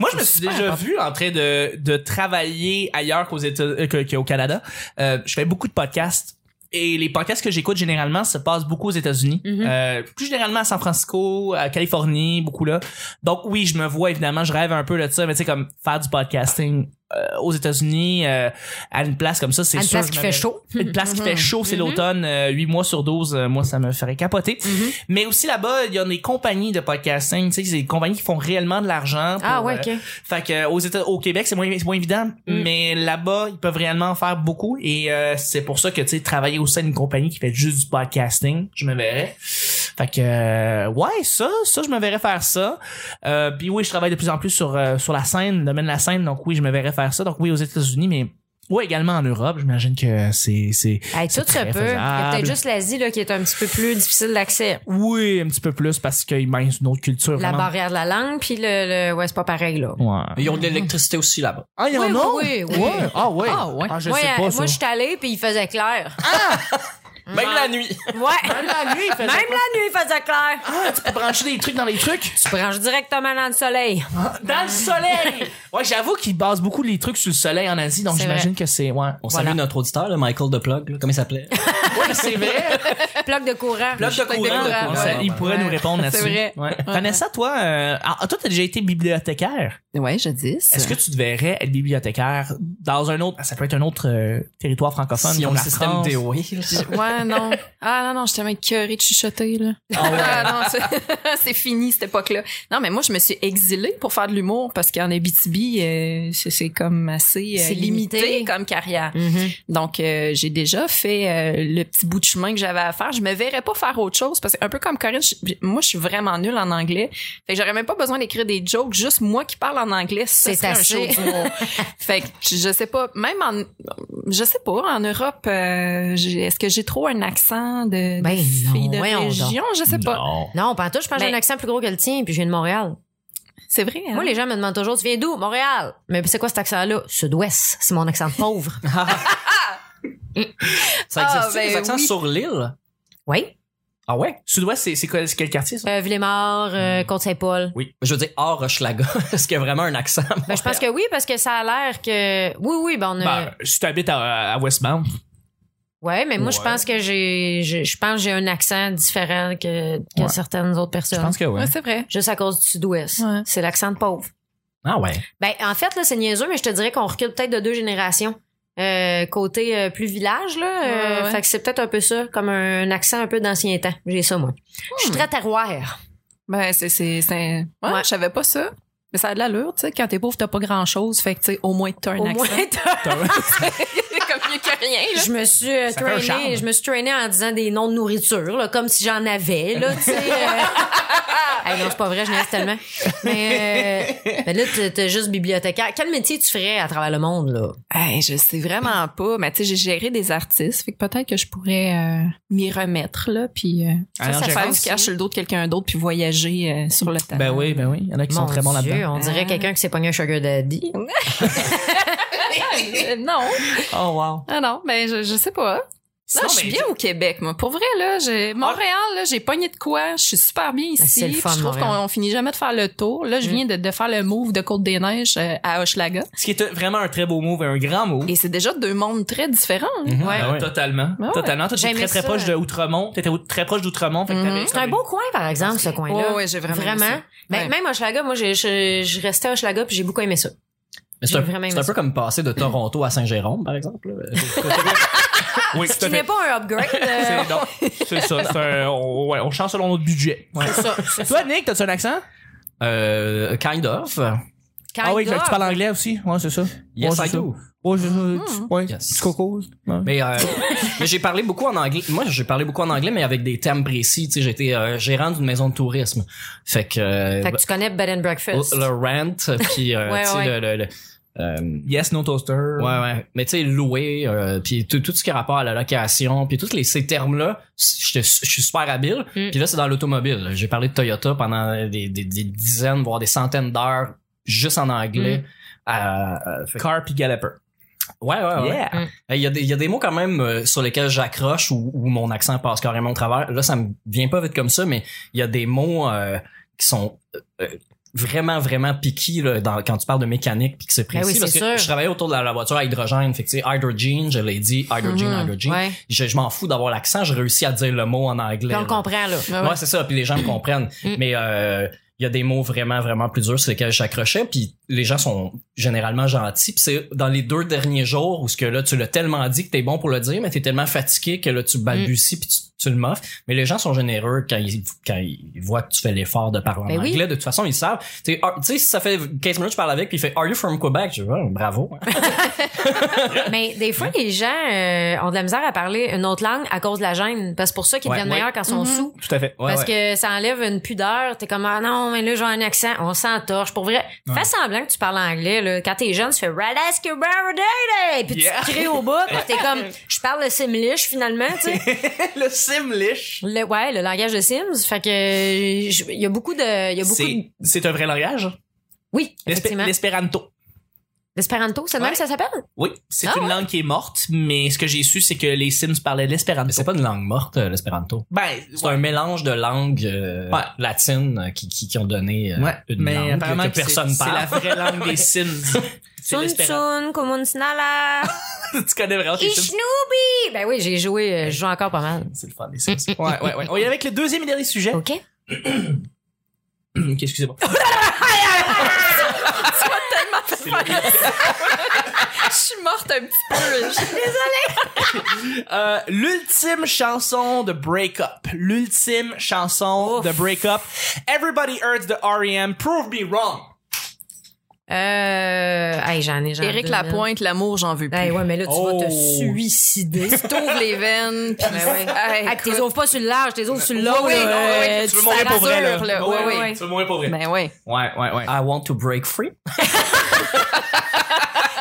Speaker 3: Moi, je me suis déjà vu en train de, de travailler ailleurs qu'aux États, euh, que- qu'au Canada. Euh, je fais beaucoup de podcasts. Et les podcasts que j'écoute généralement se passent beaucoup aux États-Unis,
Speaker 2: Mhm.
Speaker 3: Euh, plus généralement à San Francisco, à Californie, beaucoup là. Donc oui, je me vois évidemment, je rêve un peu de ça, mais tu sais comme faire du podcasting euh, aux États-Unis euh, à une place comme ça, c'est
Speaker 2: À une
Speaker 3: sûr,
Speaker 2: place
Speaker 3: je
Speaker 2: qui
Speaker 3: m'avais-
Speaker 2: fait chaud.
Speaker 3: une place qui fait chaud, c'est
Speaker 2: Mhm.
Speaker 3: l'automne, 8 mois sur 12, euh, moi ça me ferait capoter.
Speaker 2: Mhm.
Speaker 3: Mais aussi là-bas, il y a des compagnies de podcasting, tu sais, c'est des compagnies qui font réellement de l'argent. pour,
Speaker 2: Ah ouais,
Speaker 3: euh,
Speaker 2: ok.
Speaker 3: fait que euh, aux États, au Québec, c'est moins, c'est moins évident,
Speaker 2: Mm.
Speaker 3: mais là-bas, ils peuvent réellement en faire beaucoup et euh, c'est pour ça que tu sais travailler au sein d'une compagnie qui fait juste du podcasting, je me verrais. Fait que euh, ouais, ça, ça je me verrais faire ça. Euh, puis oui, je travaille de plus en plus sur euh, sur la scène, le domaine de la scène, donc oui, je me verrais faire ça. Donc oui, aux États-Unis, mais ouais, également en Europe, j'imagine que c'est c'est
Speaker 2: Hey,
Speaker 3: c'est
Speaker 2: tout se
Speaker 3: très
Speaker 2: peut. Il y a
Speaker 3: faisable.
Speaker 2: peut-être juste l'Asie là, qui est un petit peu plus difficile d'accès.
Speaker 3: oui, un petit peu plus parce qu'ils mince une autre culture
Speaker 2: La
Speaker 3: vraiment.
Speaker 2: barrière de la langue, puis le, le... ouais, c'est pas pareil là.
Speaker 3: Ouais.
Speaker 1: Ils ont de l'électricité aussi là-bas.
Speaker 3: Ah, il y en
Speaker 2: Oui,
Speaker 3: a.
Speaker 2: oui, oui.
Speaker 3: Ouais. Ah ouais.
Speaker 5: Ah, ouais.
Speaker 3: je
Speaker 2: moi,
Speaker 3: sais
Speaker 2: euh,
Speaker 3: pas
Speaker 2: moi,
Speaker 3: ça.
Speaker 2: je suis allée, puis il faisait clair.
Speaker 1: Même
Speaker 2: Ah.
Speaker 1: la nuit.
Speaker 2: Ouais.
Speaker 3: Même la nuit, Ah, il faisait
Speaker 2: Même la nuit, il faisait clair.
Speaker 3: Ah, tu peux brancher des trucs dans les trucs.
Speaker 2: Tu branches directement dans le soleil.
Speaker 3: Dans le soleil! Ouais, j'avoue qu'ils basent beaucoup les trucs sur le soleil en Asie, donc
Speaker 2: C'est
Speaker 3: j'imagine que c'est. Ouais.
Speaker 1: On
Speaker 3: Voilà.
Speaker 1: salue notre auditeur, là, Michael de Plug, là, comment il s'appelait?
Speaker 3: Ouais, c'est vrai.
Speaker 2: Plaque de courant.
Speaker 3: Bloc de
Speaker 2: Plaque
Speaker 3: courant.
Speaker 1: courant.
Speaker 3: on sait-
Speaker 1: Ouais,
Speaker 3: il
Speaker 1: ouais,
Speaker 3: pourrait
Speaker 5: ouais.
Speaker 3: nous répondre là-dessus.
Speaker 5: C'est vrai.
Speaker 3: Ouais. Vanessa, toi, euh, ah, toi, t'as déjà été bibliothécaire.
Speaker 5: Ouais, je dis. ça.
Speaker 3: Est-ce que tu te verrais être bibliothécaire dans un autre. Ça peut être un autre euh, territoire francophone.
Speaker 1: Si on
Speaker 3: comme
Speaker 1: le
Speaker 3: la
Speaker 1: système
Speaker 3: France.
Speaker 1: DOE.
Speaker 5: Ouais, non. Ah non, non, je suis tellement curée de chuchoter, là.
Speaker 3: Ah ouais.
Speaker 5: Ah non, c'est- c'est fini cette époque-là. Non, mais moi, je me suis exilée pour faire de l'humour parce qu'en Abitibi, euh, c'est- c'est comme assez euh,
Speaker 2: C'est
Speaker 5: limité.
Speaker 2: limité.
Speaker 5: comme carrière.
Speaker 2: Mhm.
Speaker 5: Donc, euh, j'ai déjà fait euh, le petit bout de chemin que j'avais à faire. Je me verrais pas faire autre chose parce que, un peu comme Corinne, je- moi, je suis vraiment nulle en anglais. Fait que j'aurais même pas besoin d'écrire des jokes. Juste moi qui parle en anglais,
Speaker 2: C'est
Speaker 5: c'est
Speaker 2: assez.
Speaker 5: assez. fait que je je sais pas. Même en, je sais pas. En Europe, euh, j'ai- est-ce que j'ai trop un accent de, de
Speaker 2: Ben non,
Speaker 5: fille de
Speaker 2: voyons donc.
Speaker 5: région Je sais pas.
Speaker 3: Non.
Speaker 2: Non, pas tout. Je pense que j'ai
Speaker 5: Mais-
Speaker 2: un accent plus gros que le tien, puis je viens de Montréal.
Speaker 5: C'est vrai. hein?
Speaker 2: Moi, les gens me demandent toujours, tu viens d'où? Montréal. Mais c'est quoi cet accent-là? Sud-Ouest. C'est mon accent de pauvre.
Speaker 1: Ça existe,
Speaker 5: Ah, ben
Speaker 1: les accents
Speaker 5: oui.
Speaker 1: sur l'île?
Speaker 2: oui.
Speaker 1: Ah ouais?
Speaker 3: Sud-Ouest, c'est, c'est, quoi- c'est quel quartier, ça?
Speaker 2: Euh, Villemort,
Speaker 5: Hmm.
Speaker 2: euh, Côte-Saint-Paul.
Speaker 1: Oui. Je veux dire, hors Hochelaga. Est-ce qu'il y a vraiment un accent? à
Speaker 2: Ben, je pense
Speaker 1: Montréal?
Speaker 2: que oui, parce que ça a l'air que. Oui, oui, ben on a.
Speaker 5: Bah.
Speaker 3: Ben, si tu habites à, à Westmount.
Speaker 2: ouais, mais moi, je
Speaker 3: ouais.
Speaker 2: pense que j'ai. j'ai- Je pense que j'ai un accent différent que, que
Speaker 3: Ouais.
Speaker 2: certaines autres personnes.
Speaker 3: Je pense que oui.
Speaker 5: Ouais, c'est vrai.
Speaker 2: Juste à cause du sud-ouest.
Speaker 5: Ouais.
Speaker 2: C'est l'accent de pauvre.
Speaker 1: Ah ouais.
Speaker 2: Ben, en fait, là, c'est niaiseux, mais je te dirais qu'on recule peut-être de deux générations. Euh, côté euh, plus village, là. euh,
Speaker 5: Ouais, ouais.
Speaker 2: Fait que c'est peut-être un peu ça, comme un accent un peu d'ancien temps. J'ai ça, moi. Je suis
Speaker 5: Hmm.
Speaker 2: très terroir.
Speaker 5: Ben, c'est, c'est, c'est... Ouais,
Speaker 2: Ouais.
Speaker 5: je savais pas ça. Mais ça a de l'allure, tu sais. Quand t'es pauvre, t'as pas grand chose. Fait que, tu sais, au moins, t'as un
Speaker 2: Au
Speaker 5: accent.
Speaker 2: moins,
Speaker 5: c'est comme mieux que rien, là.
Speaker 2: je me suis euh,
Speaker 3: Ça fait un charme.
Speaker 2: traînée, je me suis traînée en disant des noms de nourriture, là, comme si j'en avais, là, tu sais. euh. Hey, non, c'est pas vrai, je n'ai tellement. Mais, euh, ben là, t'es- t'es juste bibliothécaire. Quel métier tu ferais à travers le monde, là?
Speaker 5: Hey, je sais vraiment pas. Mais, tu sais, j'ai géré des artistes. Fait que peut-être que je pourrais euh, m'y remettre, là. Puis, euh,
Speaker 3: Ah, non,
Speaker 5: ça,
Speaker 3: j'ai
Speaker 5: faire du
Speaker 3: raison.
Speaker 5: cash sur le dos de quelqu'un d'autre puis voyager euh, sur le talent.
Speaker 3: Ben oui, ben oui. Il y en a qui sont très bons
Speaker 2: Dieu,
Speaker 3: là-dedans.
Speaker 2: On dirait
Speaker 5: Ah.
Speaker 2: quelqu'un qui s'est pogné un sugar daddy.
Speaker 5: Euh, non.
Speaker 3: Oh, wow.
Speaker 5: Ah non, ben, je, je sais pas. Non,
Speaker 3: Sinon,
Speaker 5: je suis
Speaker 2: ben,
Speaker 3: mais-
Speaker 5: bien au Québec, moi. Pour vrai, là, j'ai Montréal, là, j'ai pogné de quoi. Je suis super bien
Speaker 2: Ah. Ben,
Speaker 5: ici.
Speaker 2: c'est le
Speaker 5: puis
Speaker 2: fun,
Speaker 5: je trouve
Speaker 2: Montréal.
Speaker 5: qu'on on finit jamais de faire le tour. Là, je
Speaker 2: Mm.
Speaker 5: viens de, de faire le move de Côte-des-Neiges euh, à Hochelaga.
Speaker 3: Ce qui est vraiment un très beau mot, un grand mot.
Speaker 5: Et c'est déjà deux mondes très différents. hein. là.
Speaker 3: Mmh.
Speaker 1: Mhm.
Speaker 2: Ouais.
Speaker 1: Ah ouais.
Speaker 3: Totalement.
Speaker 5: Ouais.
Speaker 3: Totalement. Toi, t'es
Speaker 2: J'aimais
Speaker 3: très, très
Speaker 2: ça. Mm.
Speaker 3: proche de Outremont. T'étais au- très proche d'Outremont. fait que t'avais-
Speaker 2: C'est un beau coin, par exemple, ce coin-là.
Speaker 5: Ouais, ouais, j'ai Oh, vraiment aimé
Speaker 2: Vraiment.
Speaker 5: ça.
Speaker 2: Ben,
Speaker 5: Ouais.
Speaker 2: Même Hochelaga, moi, j'ai- je, je restais à Hochelaga puis j'ai beaucoup aimé ça.
Speaker 1: Mais c'est un,
Speaker 2: J'ai vraiment aimé
Speaker 1: c'est un
Speaker 2: ça.
Speaker 1: peu comme passer de Toronto à Saint-Jérôme, par exemple. là.
Speaker 3: Oui,
Speaker 2: Ce qui n'est pas un upgrade. euh,
Speaker 3: C'est non, c'est ça. c'est un- on, ouais, on change selon notre budget. Ouais.
Speaker 2: c'est ça, c'est ça.
Speaker 3: Toi, Nick, t'as-tu un accent?
Speaker 1: euh, kind of.
Speaker 2: Kind
Speaker 3: ah oui, fait
Speaker 2: of.
Speaker 3: que tu parles anglais aussi. Ouais, c'est ça.
Speaker 1: Yes,
Speaker 3: ouais,
Speaker 1: I
Speaker 3: c'est ça.
Speaker 1: do.
Speaker 3: Ouais, c'est
Speaker 2: Mm.
Speaker 3: ça. Ouais,
Speaker 1: Yes.
Speaker 3: tu coco. Ouais.
Speaker 1: Mais, euh, mais j'ai parlé beaucoup en anglais. Moi, j'ai parlé beaucoup en anglais, mais avec des thèmes précis. Tu sais, j'étais euh, gérant d'une maison de tourisme. Fait que, euh,
Speaker 2: Fait que tu connais Bed and Breakfast.
Speaker 3: Oh,
Speaker 1: le rent, puis euh,
Speaker 2: Ouais,
Speaker 1: tu sais, le...
Speaker 2: ouais.
Speaker 1: le- le- euh,
Speaker 3: Yes, no toaster.
Speaker 1: Ouais, ouais. Mais tu sais, louer, euh, puis tout, tout ce qui a rapport à la location, puis tous les, ces termes-là, je je suis super habile.
Speaker 2: Mm.
Speaker 1: Puis là, c'est dans l'automobile. J'ai parlé de Toyota pendant des, des- des dizaines, voire des centaines d'heures, juste en anglais. Euh, euh, fait que-
Speaker 3: Mm. Car pis galloper.
Speaker 1: ouais, ouais, ouais.
Speaker 3: Yeah.
Speaker 1: Euh, Il y, a des- il y a des mots quand même euh, sur lesquels j'accroche ou, ou mon accent passe carrément au travers. Là, ça me vient pas vite comme ça, mais il y a des mots euh, qui sont euh, euh, vraiment, vraiment piqués là, dans- quand tu parles de mécanique puis que c'est
Speaker 2: Ben
Speaker 1: précis.
Speaker 2: oui,
Speaker 1: parce
Speaker 2: c'est
Speaker 1: que
Speaker 2: sûr.
Speaker 1: je travaillais autour de la, la voiture à hydrogène. Fait que, tu sais, hydrogen, je l'ai dit, hydrogen,
Speaker 2: Mhm,
Speaker 1: hydrogen.
Speaker 2: ouais.
Speaker 1: Je, je m'en fous d'avoir l'accent, je réussis à dire le mot en anglais.
Speaker 2: Puis
Speaker 1: là.
Speaker 2: on le comprend, là.
Speaker 5: Ah
Speaker 1: Ouais,
Speaker 5: ouais.
Speaker 1: c'est ça. Puis les gens me comprennent.
Speaker 2: Mm.
Speaker 1: Mais euh, il y a des mots vraiment, vraiment plus durs sur lesquels j'accrochais. Puis les gens sont généralement gentils. Puis c'est dans les deux derniers jours où ce que là, tu l'as tellement dit que t'es bon pour le dire, mais t'es tellement fatigué que là, tu balbuties
Speaker 2: Mm.
Speaker 1: puis tu, tu le moffes. Mais les gens sont généreux quand ils, quand ils voient que tu fais l'effort de parler
Speaker 2: Ben
Speaker 1: en
Speaker 2: oui.
Speaker 1: anglais. De toute façon, ils savent. Tu sais, ah, tu sais, si ça fait 15 minutes que je parle avec puis il fait « Are you from Quebec? » Je dis Ah, Bravo.
Speaker 2: Mais des fois, les gens euh, ont de la misère à parler une autre langue à cause de la gêne. Parce que c'est pour ça qu'ils
Speaker 1: Ouais.
Speaker 2: deviennent
Speaker 1: Ouais.
Speaker 2: meilleurs quand ils sont
Speaker 5: Mhm.
Speaker 2: sous.
Speaker 3: Tout à fait.
Speaker 1: Ouais,
Speaker 2: parce
Speaker 1: ouais.
Speaker 2: que ça enlève une pudeur. T'es comme, ah non, mais là, j'ai un accent. On s'entorche. Pour vrai, fais semblant que tu parles anglais. Là. Quand t'es jeune, tu fais Radasky Baradaday. Puis
Speaker 3: Yeah.
Speaker 2: tu te crées au bout. Puis t'es comme, je parle le simlish finalement. tu sais.
Speaker 3: le simlish.
Speaker 2: Le, ouais, le langage de Sims. Fait que euh, je- il y a beaucoup de. Il y a beaucoup de...
Speaker 3: C'est c'est un vrai langage.
Speaker 2: Oui,
Speaker 3: L'espé-
Speaker 2: effectivement.
Speaker 3: L'espéranto.
Speaker 2: L'espéranto, c'est le même
Speaker 3: Ouais.
Speaker 2: que ça s'appelle?
Speaker 3: Oui, c'est
Speaker 2: Ah
Speaker 3: une langue qui est morte, mais ce que j'ai su, c'est que les Sims parlaient
Speaker 1: Mais
Speaker 3: l'espéranto.
Speaker 1: c'est pas une langue morte, euh, l'espéranto.
Speaker 3: Ben,
Speaker 1: C'est un mélange de langues euh,
Speaker 3: Ouais.
Speaker 1: latines euh, qui, qui, qui ont donné euh,
Speaker 3: ouais,
Speaker 1: une
Speaker 3: mais
Speaker 1: langue
Speaker 3: apparemment
Speaker 1: que personne
Speaker 3: c'est-
Speaker 1: parle.
Speaker 3: C'est la vraie langue des Sims. C'est
Speaker 2: Sun
Speaker 3: l'espéranto.
Speaker 2: Sun, Komunsnala,
Speaker 3: tu connais vraiment les Sims.
Speaker 2: Ishnoobi! Ben oui, j'ai joué, euh, je joue encore pas mal.
Speaker 3: C'est le fun des Sims. Ouais, ouais, ouais. On y est avec le deuxième et dernier
Speaker 5: Eh,
Speaker 3: sujet.
Speaker 2: OK?
Speaker 3: Ok, excusez-moi. C'est le-
Speaker 5: Je suis morte un petit peu. Je-
Speaker 3: Euh, L'ultime chanson de break-up. L'ultime chanson de break-up. Everybody hurts the R.E.M. Prove me wrong.
Speaker 2: Euh, hey, j'en ai, j'en ai.
Speaker 5: Éric
Speaker 2: deux, là.
Speaker 5: Lapointe, l'amour, j'en veux plus.
Speaker 2: Hey, ouais, mais là, tu vas te
Speaker 3: Oh.
Speaker 2: suicider.
Speaker 5: T'ouvres les veines, puis
Speaker 2: Ben ouais.
Speaker 5: Hey,
Speaker 2: Ah, que t'es
Speaker 5: écoute.
Speaker 2: ouvres pas sur le large, t'es ouvres sur le long.
Speaker 5: Oui,
Speaker 2: là,
Speaker 5: oui, oui,
Speaker 2: euh,
Speaker 5: tu
Speaker 3: Tu
Speaker 2: tu
Speaker 3: veux mourir pour vrai,
Speaker 5: t'assures,
Speaker 3: là.
Speaker 5: là.
Speaker 3: Ouais,
Speaker 5: Ouais,
Speaker 3: ouais,
Speaker 5: ouais.
Speaker 3: Tu veux mourir pour vrai.
Speaker 5: Ben ouais.
Speaker 3: Ouais, ouais, ouais.
Speaker 1: I want to break free.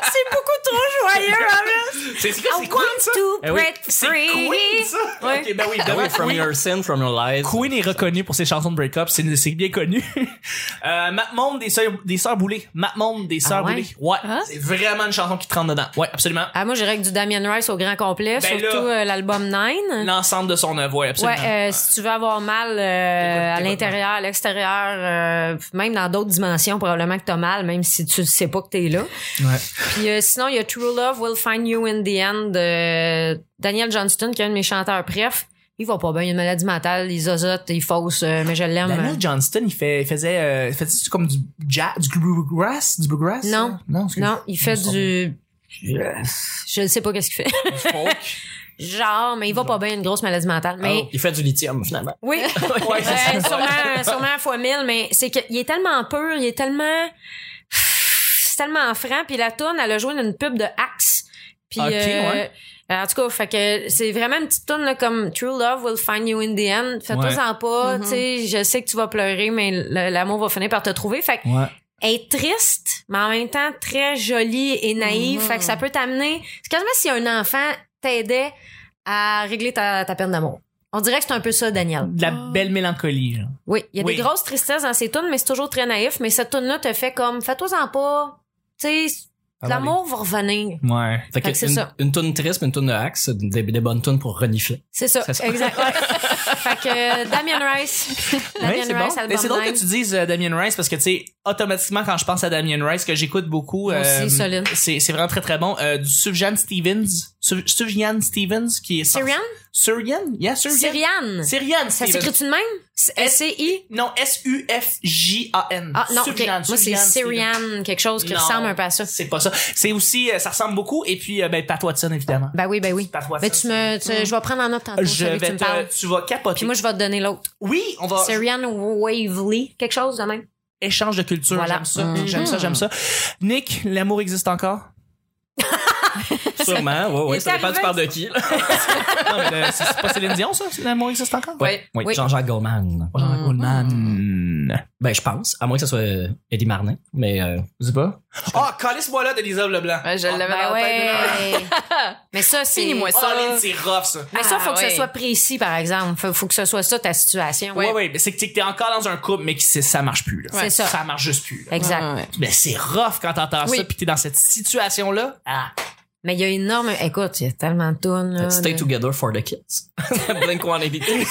Speaker 2: C'est beaucoup trop joyeux, hein,
Speaker 3: C'est c'est quoi,
Speaker 2: I
Speaker 3: c'est
Speaker 2: want
Speaker 3: Queen, ça?
Speaker 2: to
Speaker 3: Eh oui.
Speaker 2: break
Speaker 3: C'est
Speaker 2: free.
Speaker 3: Queen, ça?
Speaker 2: Ouais.
Speaker 3: Ok, ben oui, ben
Speaker 1: Away
Speaker 3: oui,
Speaker 1: Ah from
Speaker 3: Queen.
Speaker 1: your sin, from your lies.
Speaker 3: Queen est reconnue pour ses chansons de break-up, c'est c'est bien connu. Euh, Map Monde des sœurs, des sœurs Boulay. Map Monde des sœurs
Speaker 2: Ah ouais?
Speaker 3: Boulay. Ouais,
Speaker 5: Hein?
Speaker 3: c'est vraiment une chanson qui te rentre dedans. Ouais, absolument.
Speaker 2: Ah, moi, j'irais avec du Damien Rice au grand complet,
Speaker 3: Ben
Speaker 2: surtout
Speaker 3: là.
Speaker 2: euh, l'album Nine.
Speaker 3: L'ensemble de son œuvre, ouais, absolument.
Speaker 2: Ouais, euh, si tu veux avoir mal euh, à l'intérieur, à l'extérieur, euh, même dans d'autres dimensions, probablement que t'as mal, même si tu sais pas que t'es là.
Speaker 3: Ouais.
Speaker 2: Puis euh, sinon, il y a True Love Will Find You in the End de Daniel Johnston, qui est un de mes chanteurs préf. Il va pas bien, il a une maladie mentale, il zozote, il fausse, euh, mais je l'aime.
Speaker 3: Daniel Johnston, il, fait, il faisait, euh, faisait comme du jazz, du bluegrass, du bluegrass?
Speaker 2: Non.
Speaker 3: ça? Non, excuse.
Speaker 2: Non, il fait du... Je ne sais pas qu'est-ce qu'il fait.
Speaker 3: Du folk.
Speaker 2: Genre, mais il va pas bien, une grosse maladie mentale. Mais
Speaker 1: Oh, il fait du lithium, finalement.
Speaker 2: Oui,
Speaker 3: Ouais, c'est
Speaker 2: Euh, sûrement, sûrement fois mille, mais c'est qu'il est tellement pur, il est tellement, c'est tellement franc, puis la tourne, elle a joué dans une pub de Axe. Puis,
Speaker 3: Ok,
Speaker 2: euh,
Speaker 3: ouais.
Speaker 2: euh, en tout cas, fait que c'est vraiment une petite tourne là, comme True Love will find you in the end. Fais-toi-en pas,
Speaker 5: Mhm.
Speaker 2: tu sais, je sais que tu vas pleurer, mais l- l'amour va finir par te trouver. Fait que
Speaker 3: Ouais.
Speaker 2: elle est triste, mais en même temps très jolie et naïve.
Speaker 5: Mhm.
Speaker 2: Fait que ça peut t'amener. C'est quasiment si un enfant t'aidait à régler ta, ta peine d'amour. On dirait que c'est un peu ça, Daniel.
Speaker 3: De la belle mélancolie. là.
Speaker 2: Oui, il y a
Speaker 3: Oui.
Speaker 2: des grosses tristesses dans ces tunes, mais c'est toujours très naïf. Mais cette tune-là te fait comme, fais-toi-en pas. Tu sais,
Speaker 3: Ah,
Speaker 2: l'amour va revenir.
Speaker 3: Ouais.
Speaker 1: Fait que
Speaker 2: Fait que c'est
Speaker 1: une,
Speaker 2: ça.
Speaker 1: une toune triste, mais une toune de axe, c'est des, des bonnes tunes pour renifler.
Speaker 2: C'est ça.
Speaker 1: C'est ça.
Speaker 2: Exact. Ouais. Fait que euh, Damien Rice, Damien
Speaker 3: Oui,
Speaker 2: Rice,
Speaker 3: c'est bon. Mais
Speaker 2: album
Speaker 3: c'est drôle
Speaker 2: Nine.
Speaker 3: que tu dises euh, Damien Rice parce que tu sais automatiquement quand je pense à Damien Rice que j'écoute beaucoup euh,
Speaker 2: Moi aussi, solide.
Speaker 3: c'est c'est vraiment très très bon euh, du Sufjan Stevens Su- Sufjan Stevens qui est
Speaker 2: Syrian?
Speaker 3: Syrian yeah Syrian
Speaker 2: Syriane.
Speaker 3: Syrian
Speaker 2: Ça
Speaker 3: Stevens
Speaker 2: s'écrit-tu de même? S-C-I?
Speaker 3: non S U F J A N
Speaker 2: Ah non, ok. moi c'est Syrian, quelque chose qui
Speaker 3: Non.
Speaker 2: ressemble un peu à ça.
Speaker 3: c'est pas ça c'est aussi euh, ça ressemble beaucoup et puis euh, ben Pat Watson évidemment
Speaker 2: Ben oui, ben oui.
Speaker 3: Pat Watson
Speaker 2: Mais tu me, tu- je vais prendre en note tantôt
Speaker 3: Mm. je
Speaker 2: celui que tu
Speaker 3: vais
Speaker 2: me
Speaker 3: te-
Speaker 2: parles.
Speaker 3: tu vas capoter
Speaker 2: Puis moi, je vais te donner l'autre.
Speaker 3: oui on va
Speaker 2: Syrian Wavely, quelque chose de même.
Speaker 3: échange de culture.
Speaker 2: Voilà.
Speaker 3: J'aime ça.
Speaker 2: Mhm.
Speaker 3: J'aime ça, j'aime ça. Nick, l'amour existe encore?
Speaker 1: Sûrement, ouais,
Speaker 2: Il
Speaker 1: ouais.
Speaker 2: est
Speaker 1: Ça dépend
Speaker 2: arrivé.
Speaker 1: du par de qui, là.
Speaker 3: non, Ah, mais le- c'est c'est pas Céline Dion, ça? C'est L'amour existe encore?
Speaker 1: Oui,
Speaker 2: Oui. Mm.
Speaker 1: Jean-Jacques Goldman.
Speaker 3: Jean-Jacques Goldman.
Speaker 1: Ben, je pense. À moins que ce soit euh, Eddie Marnin. Mais, euh,
Speaker 3: Je sais pas. Ah, calisse-moi là, Delisa Leblanc.
Speaker 5: Ouais, je
Speaker 3: Ah,
Speaker 5: l'avais
Speaker 2: Ben
Speaker 5: dans la tête.
Speaker 2: ouais. Mais ça, c'est.
Speaker 5: Finis-moi
Speaker 3: Oh,
Speaker 5: ça.
Speaker 3: Lynn, c'est rough, ça.
Speaker 2: Mais ça, faut
Speaker 5: Ah,
Speaker 2: que
Speaker 5: ouais.
Speaker 2: ce soit précis, par exemple. Faut, faut que ce soit ça ta situation.
Speaker 3: Ouais, ouais, mais c'est que t'es- t'es encore dans un couple, mais qui c'est- ça marche plus, là.
Speaker 2: C'est ça.
Speaker 3: Ça marche juste plus, là.
Speaker 2: Exact.
Speaker 5: Ouais, ouais.
Speaker 3: Mais c'est rough quand t'entends
Speaker 2: Oui.
Speaker 3: ça, pis t'es dans cette situation-là. Ah.
Speaker 2: Mais il y a énorme. Écoute, il y a tellement de tunes. là,
Speaker 1: Stay
Speaker 2: de-
Speaker 1: Together for the Kids. Blink 182.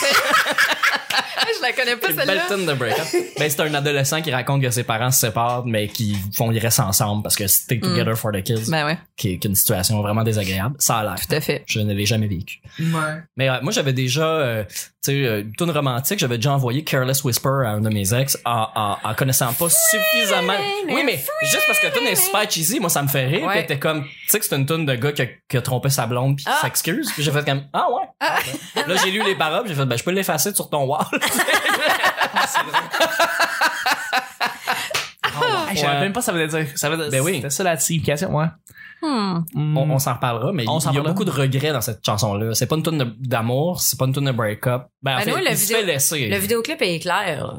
Speaker 5: Ah, je la connais pas
Speaker 1: Une belle
Speaker 5: celle-là.
Speaker 1: tune de break-up. Ben, c'est un adolescent qui raconte que ses parents se séparent, mais qui font, ils restent ensemble parce que Stay Together for the Kids,
Speaker 5: Mm. Ben ouais,
Speaker 1: qui, est, qui est une situation vraiment désagréable. Ça a l'air.
Speaker 5: tout à fait.
Speaker 1: Je ne l'ai jamais vécu.
Speaker 3: Ouais.
Speaker 1: Mais euh, moi, j'avais déjà, euh, tu sais, euh, une tune romantique, j'avais déjà envoyé Careless Whisper à un de mes ex en, en, en connaissant pas suffisamment. Oui, mais juste parce que la tune est super cheesy, moi, ça me fait rire.
Speaker 5: Ouais.
Speaker 1: Puis elle était comme, tu sais que c'est une tune de gars qui a, qui a trompé sa blonde puis qui
Speaker 5: Ah.
Speaker 1: s'excuse. Puis j'ai fait comme, ah ouais. Là, j'ai lu les paroles, puis j'ai fait, ben, je peux l'effacer sur ton wall.
Speaker 3: Ah, Ah, Je savais
Speaker 1: Ouais.
Speaker 3: même pas ça veut dire. Ça veut dire
Speaker 1: Ben oui.
Speaker 3: C'était ça la signification, ouais.
Speaker 5: Hmm.
Speaker 1: On, on s'en reparlera, mais
Speaker 3: On
Speaker 1: il
Speaker 3: s'en
Speaker 1: y a
Speaker 3: reparlera.
Speaker 1: beaucoup de regrets dans cette chanson-là. C'est pas une tune de- d'amour, c'est pas une tune de break-up. Ben, en
Speaker 2: Ben
Speaker 1: fait,
Speaker 2: nous, le
Speaker 1: il se
Speaker 2: vidéo-
Speaker 1: fait laisser.
Speaker 2: Le vidéoclip est clair. là.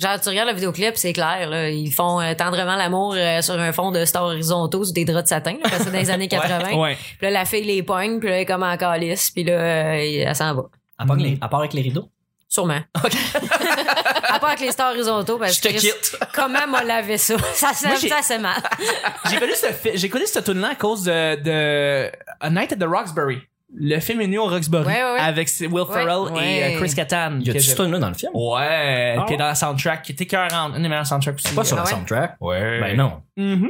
Speaker 2: Genre, tu regardes le vidéoclip, c'est clair. Là. Ils font euh, tendrement l'amour euh, sur un fond de stars horizontaux sur des draps de satin, là, parce que c'est dans les années 80.
Speaker 3: Ouais.
Speaker 2: Puis là, la fille les pogne, puis là, elle est comme en calice, puis là, euh, elle s'en va.
Speaker 1: À, part
Speaker 2: Hmm.
Speaker 1: les- à part avec les rideaux.
Speaker 2: Sûrement. à part avec les stars horizontaux, parce
Speaker 1: Je te
Speaker 2: que
Speaker 1: quitte.
Speaker 2: comment m'a lavé ça? Ça, ça,
Speaker 3: Moi, j'ai-
Speaker 2: ça, c'est mal.
Speaker 3: J'ai connu ce fi- j'ai connu cette tune là à cause de, de A Night at the Roxbury. Le film est né au Roxbury
Speaker 5: Ouais, ouais, ouais.
Speaker 3: avec Will Ferrell
Speaker 5: Ouais.
Speaker 3: et euh, Chris Kattan.
Speaker 1: Il y a
Speaker 3: que
Speaker 1: tout
Speaker 3: j'ai-
Speaker 1: cette tune-là dans le film.
Speaker 3: Ouais,
Speaker 1: Ah
Speaker 3: qui est
Speaker 1: ouais?
Speaker 3: dans la soundtrack, qui était cœur une des meilleures soundtracks aussi. euh.
Speaker 1: Pas sur
Speaker 5: Ah
Speaker 1: le
Speaker 5: ouais?
Speaker 1: soundtrack.
Speaker 3: Ouais.
Speaker 1: Ben non.
Speaker 3: Mhm.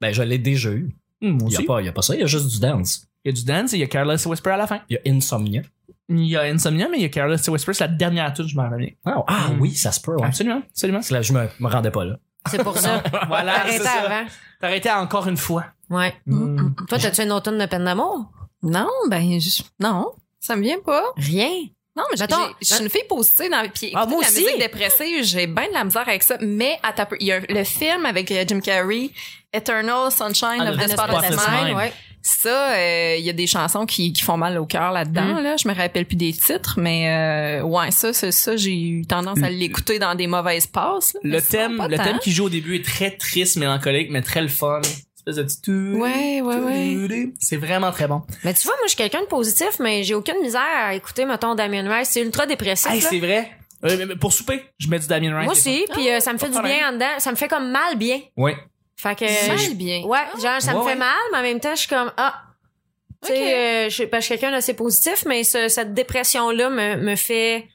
Speaker 1: Ben, je l'ai déjà eu.
Speaker 3: Mm, moi
Speaker 1: Il y a
Speaker 3: aussi.
Speaker 1: pas, il y a pas ça, il y a juste du dance.
Speaker 3: Il y a du dance et il y a Careless Whisper à la fin.
Speaker 1: Il y a Insomnia.
Speaker 3: Il y a Insomnia, mais il y a Careless Whisper, c'est la dernière tune, je m'en rappelle.
Speaker 1: Ah, ah
Speaker 3: Mm.
Speaker 1: oui, ça se peut, ouais.
Speaker 3: Absolument, absolument.
Speaker 1: Ah, C'est Là, je me, me rendais pas là.
Speaker 2: C'est pour ça.
Speaker 3: Voilà, c'est
Speaker 2: Arrêtez
Speaker 3: ça.
Speaker 2: avant.
Speaker 3: T'arrêtais encore une fois.
Speaker 2: Ouais.
Speaker 3: Mm.
Speaker 2: Toi, t'as-tu une automne de peine d'amour?
Speaker 5: Non, ben, je- non, ça me vient pas.
Speaker 2: Rien.
Speaker 5: Non, mais
Speaker 2: Mettons-
Speaker 5: j'ai- je suis une fille positive dans puis
Speaker 2: Ah, moi
Speaker 5: écouter de la
Speaker 2: aussi.
Speaker 5: musique dépressive, j'ai bien de la misère avec ça, mais à ta il y a le film avec euh, Jim Carrey Eternal Sunshine
Speaker 3: Ah, le-
Speaker 5: of the
Speaker 3: le
Speaker 5: Spotless
Speaker 3: Spotless
Speaker 5: Mind.
Speaker 3: Mind.
Speaker 2: ouais.
Speaker 5: Ça euh, il y a des chansons qui, qui font mal au cœur là-dedans là, je me rappelle plus des titres mais euh, ouais ça c'est ça j'ai eu tendance à l'écouter dans des mauvaises passes. là, mais
Speaker 3: Le
Speaker 5: sinon,
Speaker 3: thème,
Speaker 5: pas
Speaker 3: le
Speaker 5: tant.
Speaker 3: thème qui joue au début est très triste, mélancolique, mais très le fun. Espèce de petit tout.
Speaker 5: Ouais, ouais, ouais.
Speaker 3: C'est vraiment très bon.
Speaker 2: Mais tu vois, moi, je suis quelqu'un de positif, mais j'ai aucune misère à écouter, mettons, Damien Rice. C'est ultra dépressif.
Speaker 3: Hey,
Speaker 2: là.
Speaker 3: c'est vrai. Euh, mais- mais pour souper, je mets du Damien Rice.
Speaker 2: Moi aussi, puis euh, ça me fait du bien en dedans. Ça me fait comme mal bien.
Speaker 1: Ouais.
Speaker 2: Fait que.
Speaker 5: mal bien.
Speaker 2: Ouais, genre, ça me
Speaker 3: Ouais,
Speaker 2: fait
Speaker 3: ouais.
Speaker 2: mal, mais en même temps, je suis comme, ah. Tu sais,
Speaker 5: Ok.
Speaker 2: euh, je, parce que je suis quelqu'un d'assez positif, mais ce- cette dépression-là me, me fait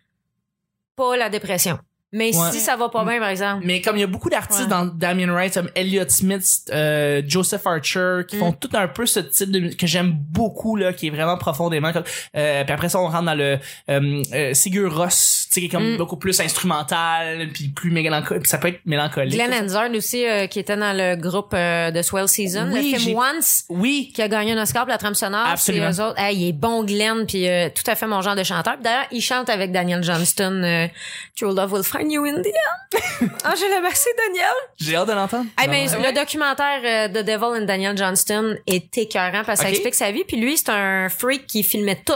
Speaker 2: pas la dépression. Mais
Speaker 3: Ouais.
Speaker 2: si ça va pas bien, par exemple.
Speaker 3: Mais comme il y a beaucoup d'artistes
Speaker 2: Ouais.
Speaker 3: dans Damien Rice, comme Elliot Smith, euh, Joseph Archer, qui
Speaker 2: Mm.
Speaker 3: font tout un peu ce type de musique que j'aime beaucoup là, qui est vraiment profondément. Comme, euh, puis après ça, on rentre dans le euh, euh, Sigur Ross, tu sais, qui est comme
Speaker 2: Mm.
Speaker 3: beaucoup plus instrumental, puis plus mélancolique. Puis ça peut être mélancolique.
Speaker 2: Glenn Hansard aussi, euh, qui était dans le groupe euh, de Swell Season,
Speaker 3: Oui,
Speaker 2: le
Speaker 3: j'ai-
Speaker 2: film Once,
Speaker 3: oui.
Speaker 2: qui a gagné un Oscar pour la trame sonore.
Speaker 3: Absolument.
Speaker 2: Puis eux autres, hey, il est bon Glenn, puis euh, tout à fait mon genre de chanteur. Puis D'ailleurs, il chante avec Daniel Johnston, euh, True Love Will Find You in the End. Ah, je le remercie, Daniel.
Speaker 3: J'ai hâte de l'entendre.
Speaker 2: Hey, Ah, mais le documentaire euh, de Devil and Daniel Johnston est écœurant parce que ça
Speaker 3: Ok.
Speaker 2: explique sa vie. Puis lui, c'est un freak qui filmait tout.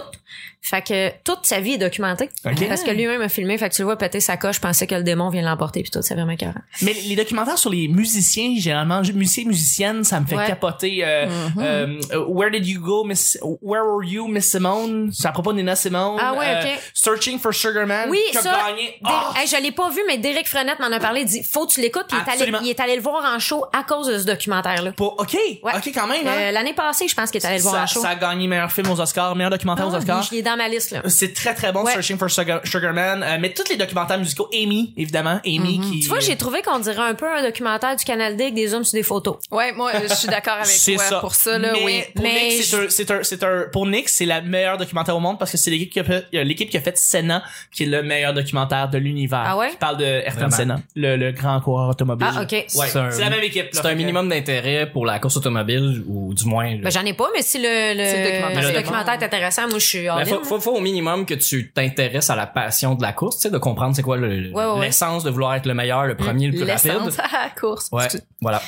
Speaker 2: Fait que toute sa vie est documentée.
Speaker 3: Ok.
Speaker 2: Parce que lui-même a filmé. Fait que tu le vois péter sa coche, penser que le démon vient l'emporter. Puis tout, c'est vraiment écœurant.
Speaker 3: Mais les documentaires sur les musiciens, généralement, musiciens, musiciennes, ça me fait
Speaker 2: Ouais. Mm-hmm.
Speaker 3: capoter. euh, euh, euh, Where did you go, Miss? Where were you, Miss Simone? C'est à propos de Nina Simone.
Speaker 2: Ah ouais,
Speaker 3: Euh,
Speaker 2: ok.
Speaker 3: Searching for Sugar Man.
Speaker 2: Oui,
Speaker 3: qui a
Speaker 2: ça.
Speaker 3: gagné.
Speaker 2: Dé-
Speaker 3: Ah!
Speaker 2: Hey, je l'ai pas vu, mais Derek Frenette m'en a parlé. Il dit, faut que tu l'écoutes. Puis il est, allé,
Speaker 3: Absolument.
Speaker 2: il est allé le voir en show à cause de ce documentaire-là.
Speaker 3: Pour- ok, ok quand même. hein.
Speaker 2: Euh, L'année passée, je pense qu'il est allé le voir
Speaker 3: ça,
Speaker 2: en show.
Speaker 3: ça a gagné meilleur film aux Oscars, meilleur documentaire aux
Speaker 2: Ah,
Speaker 3: Oscars. Euh,
Speaker 2: il est dans dans ma liste, là.
Speaker 3: C'est très très bon,
Speaker 2: Ouais.
Speaker 3: Searching for Sugar, Sugar Man. Euh, mais tous les documentaires musicaux, Amy, évidemment. Amy qui.
Speaker 2: Mm-hmm. Tu vois, j'ai trouvé qu'on dirait un peu un documentaire du Canal D avec des hommes sur des photos.
Speaker 5: Ouais, moi, euh, je suis d'accord avec
Speaker 3: C'est
Speaker 5: toi
Speaker 3: ça.
Speaker 5: pour ça, là,
Speaker 3: mais
Speaker 5: oui.
Speaker 3: Pour
Speaker 2: Mais
Speaker 3: Nick, c'est un- c'est un, c'est un, pour Nick, c'est la meilleure documentaire au monde parce que c'est l'équipe qui a fait, euh, l'équipe qui a fait Senna, qui est le meilleur documentaire de l'univers.
Speaker 2: Ah ouais?
Speaker 3: Qui parle de Ayrton
Speaker 1: Vraiment.
Speaker 3: Senna, le, le grand coureur automobile.
Speaker 2: Ah, ok.
Speaker 3: Ouais,
Speaker 1: C'est un-
Speaker 3: c'est la même équipe. là.
Speaker 1: C'est un
Speaker 3: Fait que-
Speaker 1: minimum d'intérêt pour la course automobile, ou du moins... là.
Speaker 2: Ben, j'en ai pas, mais si le, le,
Speaker 5: Si le documentaire-
Speaker 2: si le
Speaker 1: Le
Speaker 2: documentaire est intéressant, moi, je suis en
Speaker 1: Il Ben, faut, faut- faut au minimum que tu t'intéresses à la passion de la course, tu sais, de comprendre c'est quoi le-
Speaker 2: Ouais, ouais, Hmm. ouais.
Speaker 1: l'essence de vouloir être le meilleur, le premier, le plus
Speaker 5: L'essence
Speaker 1: rapide.
Speaker 5: à la course.
Speaker 1: Ouais, voilà.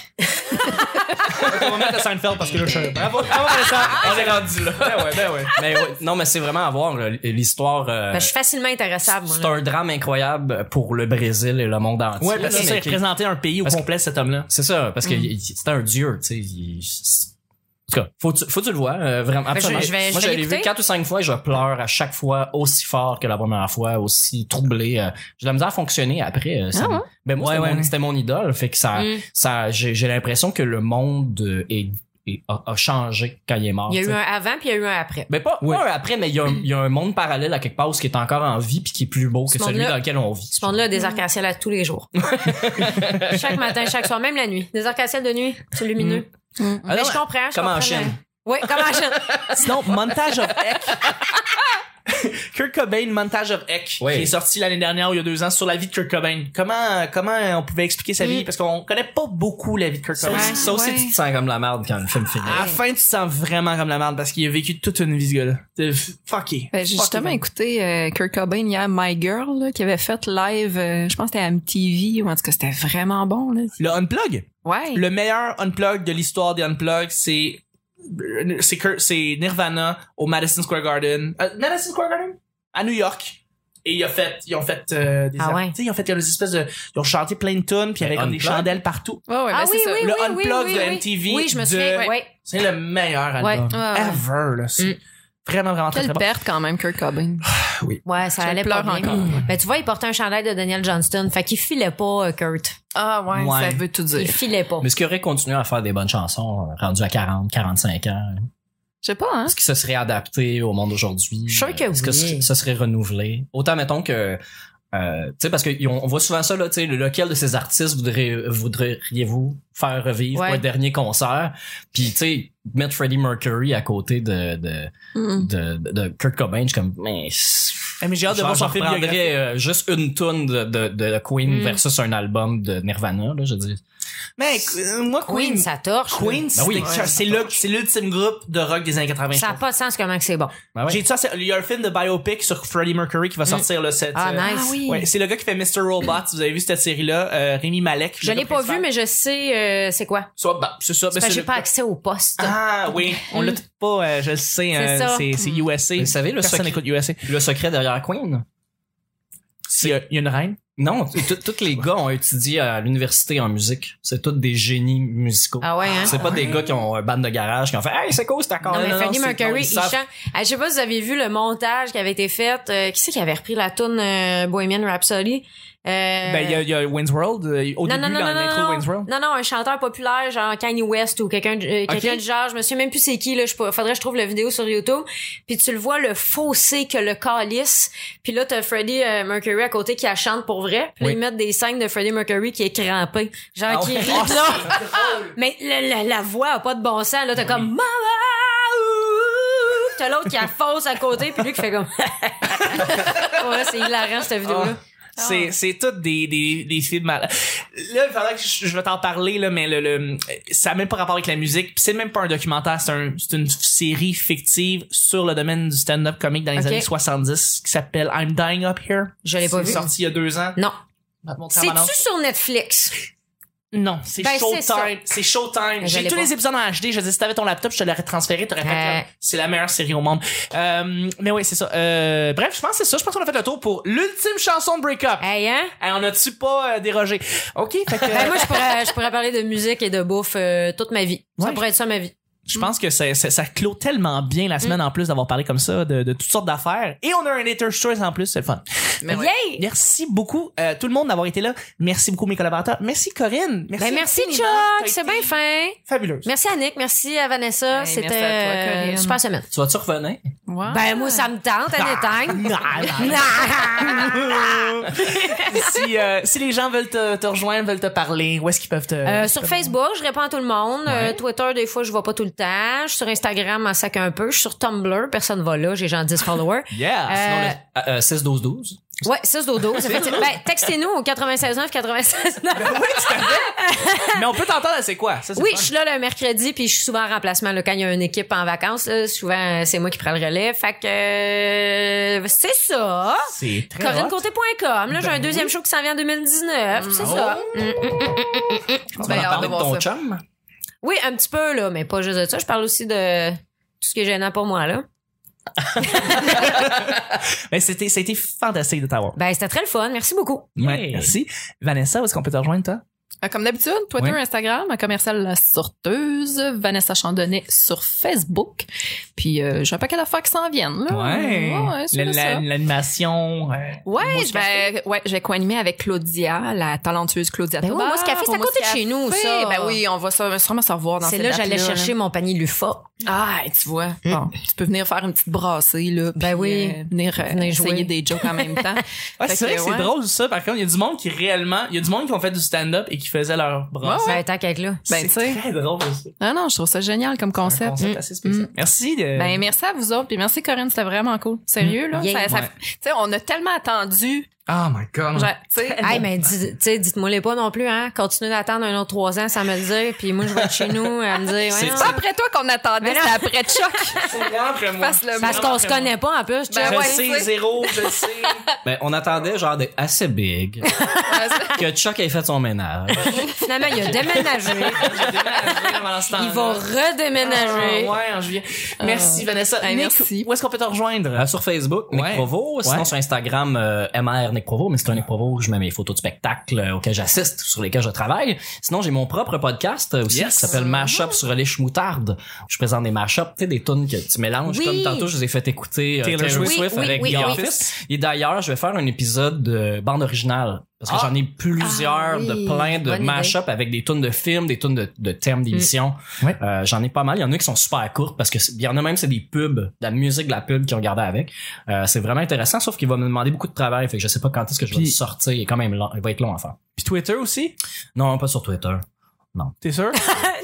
Speaker 3: On va mettre à Seinfeld parce que là, je suis. Bravo, bravo, Vincent. On est rendu là. Ben ouais, ben ouais.
Speaker 1: mais ouais, non, mais c'est vraiment à voir là, l'histoire. euh,
Speaker 2: Ben, je suis facilement intéressable, moi.
Speaker 1: c'est
Speaker 2: là.
Speaker 1: un drame incroyable pour le Brésil et le monde entier.
Speaker 3: Ouais, parce que
Speaker 1: là,
Speaker 3: ça
Speaker 1: mais qui-
Speaker 3: représentait un pays
Speaker 1: ben,
Speaker 3: au
Speaker 1: Parce que-
Speaker 3: complet, cet homme-là.
Speaker 1: C'est ça, parce
Speaker 2: Mm.
Speaker 1: que il- c'était un dieu, tu sais. il- c'est- En tout cas, faut, tu- faut que tu le voir, euh, vraiment.
Speaker 2: Ben, je-
Speaker 1: absolument.
Speaker 2: je vais- je
Speaker 1: Moi,
Speaker 2: vais
Speaker 1: l'ai vu
Speaker 2: l'écouter.
Speaker 1: quatre ou cinq fois et je pleure à chaque fois aussi fort que la première fois, aussi troublé. euh, J'ai de la misère à fonctionner après. euh, ça
Speaker 5: Ah
Speaker 1: me-
Speaker 5: ouais?
Speaker 1: Ben moi,
Speaker 3: Ouais,
Speaker 1: c'était,
Speaker 3: ouais,
Speaker 1: mon,
Speaker 3: ouais.
Speaker 1: c'était mon idole, fait que ça,
Speaker 2: Mm.
Speaker 1: ça, j'ai, j'ai l'impression que le monde euh, est, est- a, a changé quand il est mort.
Speaker 2: Il y a
Speaker 1: tu
Speaker 2: eu
Speaker 1: sais.
Speaker 2: un avant, puis il y a eu un après.
Speaker 1: Ben pas, pas un après, mais il y, a un, il y a un monde parallèle à quelque part où ce qui est encore en vie puis qui est plus beau que celui
Speaker 2: monde-là-
Speaker 1: dans lequel on vit.
Speaker 2: Ce monde-là a des arcs-en-ciel à tous les jours. chaque matin, chaque soir, même la nuit. Des arcs-en-ciel de nuit, c'est lumineux.
Speaker 1: Ah
Speaker 2: Mais
Speaker 1: non,
Speaker 2: je comprends. Je
Speaker 1: comme en
Speaker 2: comprends,
Speaker 1: Chine.
Speaker 2: mais- Oui, comme en Chine.
Speaker 3: Sinon, Montage of Eck. Kurt Cobain, Montage of Eck,
Speaker 1: Oui.
Speaker 3: qui est sorti l'année dernière ou il y a deux ans sur la vie de Kurt Cobain. Comment, comment on pouvait expliquer sa vie? Parce qu'on connaît pas beaucoup la vie de Kurt
Speaker 1: Ça
Speaker 3: Cobain.
Speaker 1: aussi, ça aussi,
Speaker 5: ouais. Ah.
Speaker 1: tu te sens comme la merde quand le film finit.
Speaker 3: À la fin, tu te sens vraiment comme la merde parce qu'il a vécu toute une vie, ce gars-là. C'est f- Fucké.
Speaker 5: Ben, j'ai justement
Speaker 3: Fucké.
Speaker 5: écouté euh, Kurt Cobain hier, My Girl, là, qui avait fait live, euh, je pense que c'était à MTV, ou en tout cas, c'était vraiment bon. Là.
Speaker 3: Le Unplug.
Speaker 5: Ouais.
Speaker 3: Le meilleur Unplug de l'histoire des Unplug, c'est, c'est Kurt- c'est Nirvana au Madison Square Garden. Euh, Madison Square Garden? À New York. Et ils ont fait, ils ont fait, euh, des,
Speaker 2: Ah
Speaker 3: ar-
Speaker 2: ouais.
Speaker 3: tu sais, ils ont fait, il y a des espèces de, ils ont chanté plein de tunes, puis il y avait comme des
Speaker 1: Unplug?
Speaker 3: chandelles partout.
Speaker 5: Ouais, ouais, ben,
Speaker 2: Ah
Speaker 5: c'est
Speaker 2: oui,
Speaker 5: ça.
Speaker 2: oui,
Speaker 3: Le
Speaker 2: oui, oui,
Speaker 3: Unplug
Speaker 2: oui,
Speaker 3: de
Speaker 2: oui.
Speaker 3: MTV
Speaker 2: Oui, je me
Speaker 3: de-
Speaker 2: souviens. oui.
Speaker 3: C'est le meilleur
Speaker 2: Ouais,
Speaker 3: album
Speaker 5: ouais, ouais.
Speaker 3: ever, là. C'est
Speaker 2: Mm.
Speaker 3: vraiment, vraiment très,
Speaker 5: Quelle
Speaker 3: très bon.
Speaker 5: perte quand même, Kurt Cobain.
Speaker 2: Ouais, ça
Speaker 5: Je
Speaker 2: allait pas
Speaker 5: pleure
Speaker 2: bien.
Speaker 5: encore.
Speaker 2: Ben, tu vois, il portait un chandail de Daniel Johnston. Fait qu'il filait pas, euh, Kurt.
Speaker 5: Ah ouais,
Speaker 3: Ouais.
Speaker 5: ça veut tout
Speaker 2: Il
Speaker 5: dire.
Speaker 2: filait pas.
Speaker 1: Mais est-ce qu'il aurait continué à faire des bonnes chansons euh, rendu à 40, 45 ans?
Speaker 5: Je sais pas, hein?
Speaker 1: Est-ce qu'il se serait adapté au monde d'aujourd'hui?
Speaker 2: Je suis sûr que
Speaker 1: Euh, Est-ce que
Speaker 2: oui.
Speaker 1: ce- ça serait renouvelé? Autant, mettons que, euh, tu sais, parce qu'on on voit souvent ça, là, tu sais, lequel de ces artistes voudrait- voudriez-vous faire revivre
Speaker 2: Ouais.
Speaker 1: pour un dernier concert? Puis, tu sais, mettre Freddie Mercury à côté de, de,
Speaker 5: Mm.
Speaker 1: de, de Kurt Cobain, je suis comme, mais...
Speaker 3: Eh, mais Mm-hmm. j'ai hâte de
Speaker 1: je
Speaker 3: voir son film
Speaker 1: reprendrais,
Speaker 3: biographique.
Speaker 1: euh, juste une tune de, de, de Queen
Speaker 2: Mm.
Speaker 1: versus un album de Nirvana, là, je dis.
Speaker 3: Mec, euh, moi,
Speaker 2: Queen,
Speaker 3: Queen,
Speaker 2: ça torche. là.
Speaker 3: Queen,
Speaker 1: Ben oui.
Speaker 3: c'était- c'est le- c'est l'ultime groupe de rock des années 80.
Speaker 2: Ça n'a pas de sens comment que c'est bon.
Speaker 1: Ben ouais.
Speaker 3: J'ai dit ça, c'est- il y a un film de biopic sur Freddie Mercury qui va sortir là, cette.
Speaker 2: Ah,
Speaker 3: euh,
Speaker 2: nice.
Speaker 5: Ah oui.
Speaker 3: ouais, c'est le gars qui fait Mr. Robot. Si vous avez vu cette série-là, euh, Rémi Malek.
Speaker 2: Je
Speaker 3: le
Speaker 2: l'ai
Speaker 3: gars
Speaker 2: pas vu,
Speaker 3: principal.
Speaker 2: mais je sais euh, c'est quoi.
Speaker 3: Soit, bah, c'est ça.
Speaker 2: C'est
Speaker 3: mais
Speaker 2: parce que
Speaker 3: c'est
Speaker 2: j'ai
Speaker 3: le-
Speaker 2: pas accès au poste.
Speaker 3: Ah oui, on l'a pas. euh, je le sais.
Speaker 2: C'est
Speaker 3: euh,
Speaker 2: ça. Mm.
Speaker 3: C'est c'est USA.
Speaker 1: Vous savez, le
Speaker 3: Personne
Speaker 1: secret-
Speaker 3: n'écoute USA.
Speaker 1: Le secret derrière Queen?
Speaker 3: S'il y, a- il y a une reine.
Speaker 1: Non, t- t- tous les gars ont étudié à l'université en musique. C'est tous des génies musicaux.
Speaker 2: Ah ouais, hein?
Speaker 1: C'est pas des gars qui ont un band de garage qui ont fait Hey, c'est cool cet accord.
Speaker 2: Non, mais Freddie
Speaker 1: c'est- non,
Speaker 2: Mercury,
Speaker 1: ils
Speaker 2: il
Speaker 1: savent-
Speaker 2: chante. Ah, je sais pas si vous avez vu le montage qui avait été fait. Euh, qui c'est qui avait repris la toune euh, Bohemian Rhapsody? Euh,
Speaker 3: Ben il y a, il y a Wayne's World. euh, Au
Speaker 2: non,
Speaker 3: début,
Speaker 2: non, non,
Speaker 3: dans
Speaker 2: non,
Speaker 3: l'intro de
Speaker 2: non,
Speaker 3: Wayne's World.
Speaker 2: non, non, un chanteur populaire, genre Kanye West ou quelqu'un de- euh, quelqu'un du genre, je me souviens même plus c'est qui, là, je sais pas, faudrait que je trouve la vidéo sur YouTube, puis tu le vois le fossé que le calice, puis là, t'as Freddie euh, Mercury à côté qui la chante pour vrai, puis là,
Speaker 1: Oui.
Speaker 2: ils mettent des scènes de Freddie Mercury qui est crampé, genre
Speaker 1: Ah
Speaker 2: qui
Speaker 1: ouais.
Speaker 2: rit,
Speaker 1: Ah,
Speaker 2: là. mais la, la- la voix a pas de bon sens, là, t'as comme « Mama! ouh! » T'as l'autre qui a fausse à côté, puis lui qui fait comme... ouais, c'est hilarant, cette vidéo-là.
Speaker 3: Ah. C'est c'est tout des des des films mal. Là, il faudrait que je, je vais t'en parler là, mais le, le ça a même pas rapport avec la musique. Puis C'est même pas un documentaire, c'est un c'est une série fictive sur le domaine du stand-up comique dans les
Speaker 2: Ok.
Speaker 3: années 70 qui s'appelle I'm Dying Up Here.
Speaker 2: Je l'ai pas
Speaker 3: C'est
Speaker 2: vu.
Speaker 3: sorti il y a deux ans.
Speaker 2: Non.
Speaker 3: Je vais te montrer la bande-annonce.
Speaker 2: C'est-tu sur Netflix?
Speaker 3: Non, c'est
Speaker 2: Ben, c'est ça.
Speaker 3: Showtime. C'est Showtime.
Speaker 2: Je
Speaker 3: J'ai
Speaker 2: l'ai
Speaker 3: tous
Speaker 2: pas.
Speaker 3: les épisodes en HD. Je dis, si t'avais ton laptop, je te l'aurais transféré. T'aurais fait
Speaker 2: Euh.
Speaker 3: comme, C'est la meilleure série au monde. Euh, mais oui, c'est ça. Euh, bref, je pense que c'est ça. Je pense qu'on a fait le tour pour l'ultime chanson de break-up.
Speaker 2: Hey, hein?
Speaker 3: Hey, on a-tu pas euh, dérogé? OK, fait que...
Speaker 2: Ben, moi, je pourrais, je pourrais parler de musique et de bouffe euh, toute ma vie. Ça
Speaker 3: Ouais.
Speaker 2: pourrait être ça ma vie.
Speaker 3: Je pense que ça, ça, ça clôt tellement bien la
Speaker 2: Mm.
Speaker 3: semaine en plus d'avoir parlé comme ça de, de toutes sortes d'affaires. Et on a un Hater's Choice en plus, c'est le fun.
Speaker 5: Mais ouais.
Speaker 2: Yay!
Speaker 3: Merci beaucoup euh, tout le monde d'avoir été là. Merci beaucoup mes collaborateurs. Merci Corinne. Merci,
Speaker 2: Ben, merci,
Speaker 3: infiniment.
Speaker 2: Chuck,
Speaker 3: T'as
Speaker 2: c'est
Speaker 3: été
Speaker 2: bien fin.
Speaker 3: Fabuleux.
Speaker 2: Merci Annick, merci à Vanessa.
Speaker 5: Hey,
Speaker 2: C'était
Speaker 5: merci à toi,
Speaker 2: euh,
Speaker 5: Corinne.
Speaker 2: super semaine.
Speaker 1: Tu vas-tu revenir?
Speaker 3: Ah.
Speaker 5: Ouais.
Speaker 2: Ben moi ça me tente anytime.
Speaker 3: si, euh, si les gens veulent te, te rejoindre, veulent te parler, où est-ce qu'ils peuvent te...
Speaker 2: Euh, sur Facebook, je réponds à tout le monde. Euh, Twitter, des fois, je vois pas tout le temps. Je suis sur Instagram, en sac un peu. Je suis sur Tumblr, personne va là, j'ai genre 10 followers.
Speaker 3: Yeah!
Speaker 2: Euh,
Speaker 1: Ah, euh, 6-12-12.
Speaker 2: ouais, 6 dodo. ça fait- ben, textez-nous au 96 9 96 9.
Speaker 3: Ben, Mais on peut t'entendre, c'est quoi? Ça, c'est
Speaker 2: Oui,
Speaker 3: le fun.
Speaker 2: je suis là le mercredi, puis je suis souvent en remplacement là, quand il y a une équipe en vacances. là, souvent, c'est moi qui prends le relais. Fait que euh, c'est ça.
Speaker 3: C'est très hot. Ben Mm.
Speaker 2: CorineConté.com. Là, j'ai un deuxième show qui s'en vient en 2019. C'est ça. Mm,
Speaker 1: Tu vas
Speaker 5: Ben, on
Speaker 1: en parler de
Speaker 5: va voir
Speaker 1: ton
Speaker 5: ça.
Speaker 1: chum?
Speaker 2: Oui, un petit peu, là, mais pas juste de ça. Je parle aussi de tout ce qui est gênant pour moi, là.
Speaker 3: Mais c'était, ça a été fantastique de t'avoir.
Speaker 2: Ben, c'était très le fun. Merci beaucoup.
Speaker 3: Ouais, merci. Vanessa, où est-ce qu'on peut te rejoindre, toi?
Speaker 5: Euh, Comme d'habitude, Twitter,
Speaker 3: Ouais.
Speaker 5: Instagram, un commercial La Sorteuse, Vanessa Chandonnet sur Facebook. Puis euh, j'ai un paquet d'affaires qui s'en viennent. Là. Ah, Ouais, c'est
Speaker 3: La-
Speaker 5: ça.
Speaker 3: la- L'animation. euh,
Speaker 5: Ouais, ben, je vais, ouais, je vais co-animer avec Claudia, la talentueuse Claudia
Speaker 2: Ben oui,
Speaker 5: Tobar.
Speaker 2: Mousse Café, c'est à
Speaker 5: au Mousse
Speaker 2: côté de chez
Speaker 5: Café.
Speaker 2: nous, ça.
Speaker 5: Ben oui, on va ça- sûrement se revoir dans
Speaker 2: C'est
Speaker 5: cette
Speaker 2: là que j'allais
Speaker 5: date-là,
Speaker 2: chercher
Speaker 5: là.
Speaker 2: mon panier Lufa.
Speaker 5: Ah, tu vois. Bon, tu peux venir faire une petite brassée, là.
Speaker 2: Ben
Speaker 5: puis,
Speaker 2: oui.
Speaker 5: euh, venir, euh,
Speaker 2: Venez jouer.
Speaker 5: essayer des jokes en même temps.
Speaker 3: Ouais,
Speaker 5: Fait
Speaker 3: c'est vrai
Speaker 5: que,
Speaker 3: que c'est
Speaker 5: ouais.
Speaker 3: drôle ça. Par contre, il y a du monde qui réellement, il y a du monde qui ont fait du stand-up et qui faisaient leur bras.
Speaker 2: Ben, tant qu'à être là.
Speaker 5: Ben, tu
Speaker 3: c'est
Speaker 5: sais.
Speaker 3: très drôle ça.
Speaker 5: Ah non, je trouve ça génial comme
Speaker 3: Un
Speaker 5: concept. Mm.
Speaker 3: concept assez spécial. Merci. de-
Speaker 5: Ben, merci à vous autres, puis merci Corinne, c'était vraiment cool. Sérieux, là.
Speaker 2: Yeah.
Speaker 5: Ça- ça-
Speaker 3: Ouais.
Speaker 5: Tu sais, on a tellement attendu.
Speaker 3: Oh my god.
Speaker 5: genre, tu sais,
Speaker 2: Hey, mais dis- tu sais, dites-moi les pas non plus, hein. Continuez d'attendre un autre trois ans sans me le dire, puis moi, je vais être chez nous à me dire,
Speaker 3: C'est
Speaker 2: voyons.
Speaker 5: c'est pas après toi qu'on attendait,
Speaker 2: Mais non.
Speaker 5: c'est après Chuck.
Speaker 3: C'est vraiment après moi.
Speaker 5: Fasse le
Speaker 2: Parce
Speaker 5: mot.
Speaker 2: qu'on se connaît pas, en plus.
Speaker 5: Ben
Speaker 3: je
Speaker 5: ouais,
Speaker 3: sais,
Speaker 5: tu sais.
Speaker 3: zéro, je sais.
Speaker 1: Ben, on attendait genre des assez big que Chuck ait fait son ménage.
Speaker 2: Finalement, il a déménagé.
Speaker 3: J'ai déménagé pendant ce
Speaker 2: Il
Speaker 3: temps-là.
Speaker 2: va redéménager.
Speaker 3: Ah, ouais, en juillet. Merci, Vanessa.
Speaker 5: Hey,
Speaker 3: Nick,
Speaker 5: merci.
Speaker 3: Où est-ce qu'on peut te rejoindre?
Speaker 1: Euh, sur Facebook, Nick
Speaker 3: Ouais.
Speaker 1: Provo. Sinon,
Speaker 3: Ouais.
Speaker 1: sur Instagram, euh, MR Nick Provo. Mais c'est un Nick Provo, je mets mes photos de spectacles euh, auxquels j'assiste, sur lesquels je travaille. Sinon, j'ai mon propre podcast euh, aussi
Speaker 3: Yes.
Speaker 1: qui s'appelle Mashup sur les chmoutardes. Je présente des mashups, tu sais, des tunes que tu mélanges.
Speaker 2: Oui.
Speaker 1: Comme tantôt, je vous ai fait écouter euh,
Speaker 3: Taylor
Speaker 1: Taylor,
Speaker 3: Swift.
Speaker 1: Swift,
Speaker 2: Oui, oui,
Speaker 1: avec
Speaker 2: oui,
Speaker 1: The
Speaker 2: oui.
Speaker 1: Office. Et d'ailleurs, je vais faire un épisode de bande originale. Parce que
Speaker 3: Ah.
Speaker 1: j'en ai plusieurs
Speaker 2: Ah oui.
Speaker 1: de plein de
Speaker 2: Bonne idée. Mm.
Speaker 1: mashups avec des tunes de films, des tunes de, de thèmes d'émissions.
Speaker 3: Ouais.
Speaker 1: Euh, j'en ai pas mal. Il y en a qui sont super courtes parce que c'est- il y en a même c'est des pubs, de la musique de la pub qu'ils regardaient avec. Euh, c'est vraiment intéressant, sauf qu'il va me demander beaucoup de travail. Fait que je sais pas quand est-ce que je vais
Speaker 3: Puis-
Speaker 1: le sortir. Il est quand même long. Il va être long à faire.
Speaker 3: Puis Twitter aussi?
Speaker 1: Non, pas sur Twitter.
Speaker 3: T'es sûr?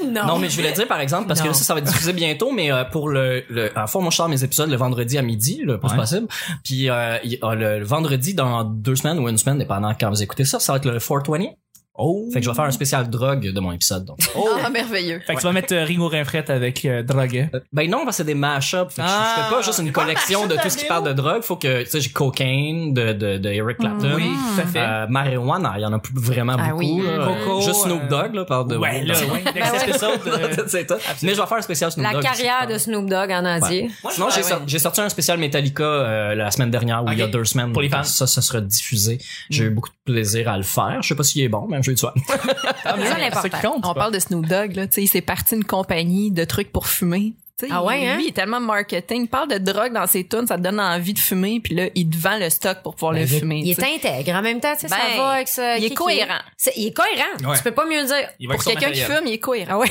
Speaker 2: Non.
Speaker 1: Non, mais je voulais dire par exemple parce
Speaker 3: Non.
Speaker 1: que ça, ça va être diffusé bientôt, mais euh, pour le, le en fait, moi je sors mes épisodes le vendredi à midi, le plus
Speaker 3: Ouais.
Speaker 1: possible. Puis euh, il- euh, le, le vendredi dans deux semaines ou une semaine, dépendant quand vous écoutez ça, ça va être le 420.
Speaker 3: Oh.
Speaker 1: Fait que je vais faire un spécial drogue de mon épisode. donc.
Speaker 5: Ah, merveilleux.
Speaker 3: Fait que tu vas mettre euh, Ringo Rinfrette avec euh, Droguet.
Speaker 1: Euh, Ben non, parce que c'est des mashups. Fait que je-
Speaker 3: Ah.
Speaker 1: je fais pas juste une collection de tout ce qui parle de drogue. Faut que, tu sais, j'ai cocaine de, de, de Eric Clapton.
Speaker 3: Mm. tout à
Speaker 1: Euh, marijuana, il y en a plus vraiment
Speaker 5: Ah
Speaker 1: beaucoup.
Speaker 5: oui.
Speaker 1: là.
Speaker 3: Coco,
Speaker 1: Juste Snoop
Speaker 3: euh,
Speaker 1: Dogg, là, par de.
Speaker 3: ouais, là, ouais.
Speaker 5: Ben
Speaker 3: Next episode, euh,
Speaker 1: C'est ça. Mais je vais faire un spécial Snoop
Speaker 2: La
Speaker 1: Dogg.
Speaker 2: carrière de Snoop Dogg en entier.
Speaker 3: Moi, je
Speaker 1: Sinon,
Speaker 3: vais-
Speaker 1: j'ai
Speaker 3: ah ouais.
Speaker 1: sorti- j'ai sorti un spécial Metallica euh, la semaine dernière ou il y a
Speaker 3: Ok.
Speaker 1: deux semaines.
Speaker 3: Pour les fans. Mm.
Speaker 1: Ça, ça sera diffusé. J'ai eu beaucoup de plaisir à le faire. Je sais pas s'il est bon, même je vais le
Speaker 3: Ah, mais
Speaker 2: C'est ça
Speaker 3: c'est ça qui
Speaker 2: l'important.
Speaker 3: compte.
Speaker 5: On parle de Snoop Dogg, là. Tu sais, il s'est parti une compagnie de trucs pour fumer. Tu sais,
Speaker 2: Ah ouais, hein?
Speaker 5: Lui, il est tellement marketing. Il parle de drogue dans ses tunes, ça te donne envie de fumer, puis là, il te vend le stock pour pouvoir
Speaker 1: Ben,
Speaker 5: le
Speaker 1: il est-
Speaker 5: fumer.
Speaker 2: Il
Speaker 5: tu
Speaker 2: est
Speaker 5: sais.
Speaker 2: intègre. En même temps, tu sais, ça
Speaker 5: Ben,
Speaker 2: va avec ça.
Speaker 5: il est cohérent.
Speaker 2: il est cohérent.
Speaker 3: Ouais.
Speaker 2: Tu peux pas mieux le dire.
Speaker 3: Il va avec
Speaker 5: Pour
Speaker 3: son
Speaker 5: quelqu'un qui
Speaker 3: matériel.
Speaker 5: fume, il est cohérent.
Speaker 2: Ah ouais.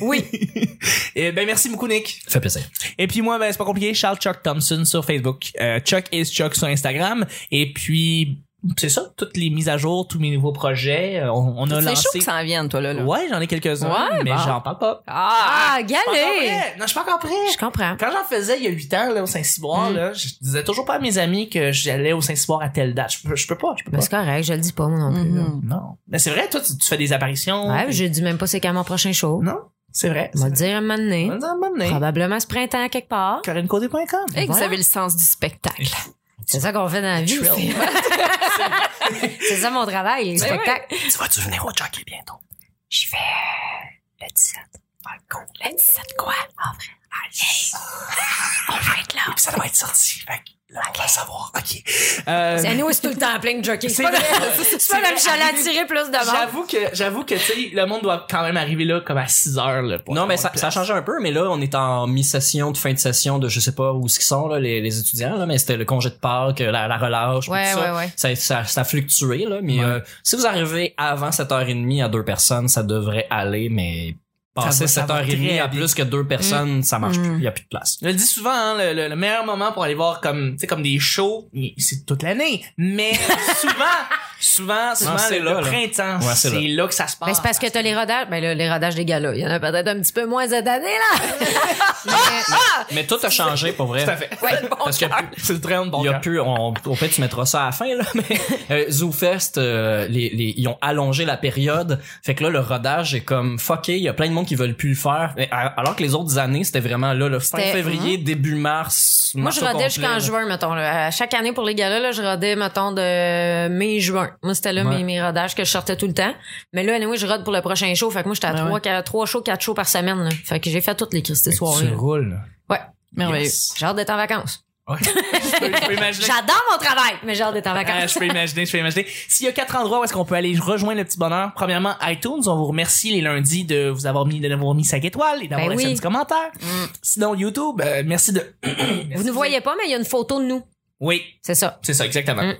Speaker 2: oui.
Speaker 3: Eh ben, merci beaucoup, Nick.
Speaker 1: Fait plaisir.
Speaker 3: Et puis moi, ben, c'est pas compliqué. Charles Chuck Thompson sur Facebook. Euh, Chuck is Chuck sur Instagram. Et puis, c'est ça, toutes les mises à jour, tous mes nouveaux projets. euh, On, on a
Speaker 5: C'est chaud
Speaker 3: lancé.
Speaker 5: que ça en vienne, toi, là. là.
Speaker 3: Ouais, j'en ai quelques-uns.
Speaker 5: Ouais,
Speaker 3: mais
Speaker 5: bon.
Speaker 3: j'en parle pas.
Speaker 5: Ah!
Speaker 2: Ah,
Speaker 3: Je suis pas encore
Speaker 2: galé.
Speaker 3: prêt. Non, je suis pas encore prêt.
Speaker 2: Je comprends.
Speaker 3: Quand j'en faisais il y a 8 ans, là, au
Speaker 2: Hmm.
Speaker 3: Saint-Cyboire, là, je disais toujours pas à mes amis que j'allais au Saint-Cyboire à telle date. Je peux, je peux pas, je peux
Speaker 2: Ben,
Speaker 3: pas.
Speaker 2: c'est correct, je le dis pas, moi non plus. là.
Speaker 5: Mhm.
Speaker 3: Non. Mais c'est vrai, toi, tu, tu fais des apparitions.
Speaker 2: Ouais,
Speaker 3: puis-
Speaker 2: je dis même pas c'est quand mon prochain show.
Speaker 3: Non, c'est vrai.
Speaker 2: On va
Speaker 3: c'est
Speaker 2: le dire un moment donné.
Speaker 3: vrai. On va le dire à un moment donné.
Speaker 2: Probablement ce printemps quelque part.
Speaker 3: CorineCodé.com.
Speaker 5: Et que vous
Speaker 2: Voilà.
Speaker 5: avez le sens du spectacle.
Speaker 2: C'est ça qu'on fait dans la vie.
Speaker 3: Thrill.
Speaker 2: C'est ça mon travail, les
Speaker 5: Ben
Speaker 2: spectacles.
Speaker 3: Tu vas-tu venir au jockey bientôt?
Speaker 2: J'y vais euh, le 17. Ah, cool. Le 17 quoi? En vrai. Ah, yes. On va être là.
Speaker 3: Puis ça doit être sorti. Fait que Là, on va le savoir. OK. Euh,
Speaker 2: C'est nous, c'est tout le temps plein de jockeys. C'est
Speaker 3: C'est
Speaker 2: pas
Speaker 3: vrai.
Speaker 2: grave. C'est pas grave, j'allais attirer plus de
Speaker 3: J'avoue que, j'avoue que, tu sais, le monde doit quand même arriver là comme à 6 heures, là. pour
Speaker 1: non, mais ça,
Speaker 3: avoir une
Speaker 1: ça a
Speaker 3: place.
Speaker 1: changé un peu, mais là, on est en mi-session, de fin de session de je sais pas où ce qu'ils sont, là, les, les étudiants, là, mais c'était le congé de Pâques, la, la relâche,
Speaker 5: Ouais,
Speaker 1: puis tout ça.
Speaker 5: ouais,
Speaker 1: Ça,
Speaker 5: ouais.
Speaker 1: ça. ça a fluctué, là, mais
Speaker 3: Ouais.
Speaker 1: euh, si vous arrivez avant 7h30 à deux personnes, ça devrait aller, mais passer
Speaker 3: va- ça va
Speaker 1: 7h30
Speaker 3: très
Speaker 1: à
Speaker 3: bien.
Speaker 1: plus que deux personnes, ça marche
Speaker 5: Mm.
Speaker 1: plus, il y a plus de place.
Speaker 3: Je le dis souvent, hein, le, le- le meilleur moment pour aller voir comme, tu sais, comme des shows, il- c'est toute l'année. Mais souvent, souvent, souvent,
Speaker 1: c'est
Speaker 3: le,
Speaker 1: là,
Speaker 3: le
Speaker 1: là.
Speaker 3: printemps,
Speaker 1: Ouais, c'est
Speaker 3: Ben, c'est là. que ça se passe.
Speaker 2: Ben, c'est parce que t'as les rodages. Ben là, les rodages des galas. Il y en a peut-être un petit peu moins cette année, là.
Speaker 3: Ah,
Speaker 1: Mais tout Ah, a changé, pour vrai.
Speaker 3: Tout à fait.
Speaker 1: Parce que
Speaker 3: c'est le train de bon
Speaker 1: Il y a
Speaker 3: cœur.
Speaker 1: plus, on, au fait, tu mettras ça à la fin, là, mais euh, ZooFest, euh, les, les, ils ont allongé la période. Fait que là, le rodage est comme fucké. Il y a plein de monde qui veulent plus le faire. Mais, a- alors que les autres années, c'était vraiment là, le fin
Speaker 2: C'était- hum.
Speaker 1: février, début mars.
Speaker 2: Moi,
Speaker 1: mars
Speaker 2: je
Speaker 1: au
Speaker 2: rodais
Speaker 1: complet,
Speaker 2: jusqu'en
Speaker 1: là.
Speaker 2: juin, mettons. là. À chaque année pour les galas, là, je rodais, mettons, de mai-juin. Moi, c'était là
Speaker 1: Ouais.
Speaker 2: mes, mes rodages que je sortais tout le temps. Mais là, anyway, je rode pour le prochain show. Fait que moi, j'étais à
Speaker 5: Ah
Speaker 2: trois,
Speaker 5: ouais.
Speaker 2: quatre- trois shows, quatre shows par semaine. là. Fait que j'ai fait toutes les Christy soirées.
Speaker 1: Tu
Speaker 2: là.
Speaker 1: roules. là.
Speaker 5: Merveilleux.
Speaker 1: Yes.
Speaker 2: J'ai hâte d'être en vacances.
Speaker 3: Ah Je peux- je peux imaginer.
Speaker 2: J'adore mon travail, mais j'ai hâte d'être en
Speaker 3: Ah,
Speaker 2: vacances.
Speaker 3: je peux imaginer, je peux imaginer. S'il y a quatre endroits où est-ce qu'on peut aller rejoindre le petit bonheur, premièrement, iTunes, on vous remercie les lundis de vous avoir mis, de nous avoir mis 5 étoiles et d'avoir
Speaker 2: Ben
Speaker 3: laissé
Speaker 2: oui.
Speaker 3: un petit commentaire. Sinon, YouTube, euh, merci de...
Speaker 2: Vous ne voyez pas, mais il y a une photo de nous.
Speaker 3: Oui,
Speaker 2: C'est ça.
Speaker 3: c'est ça, exactement.
Speaker 2: Mm.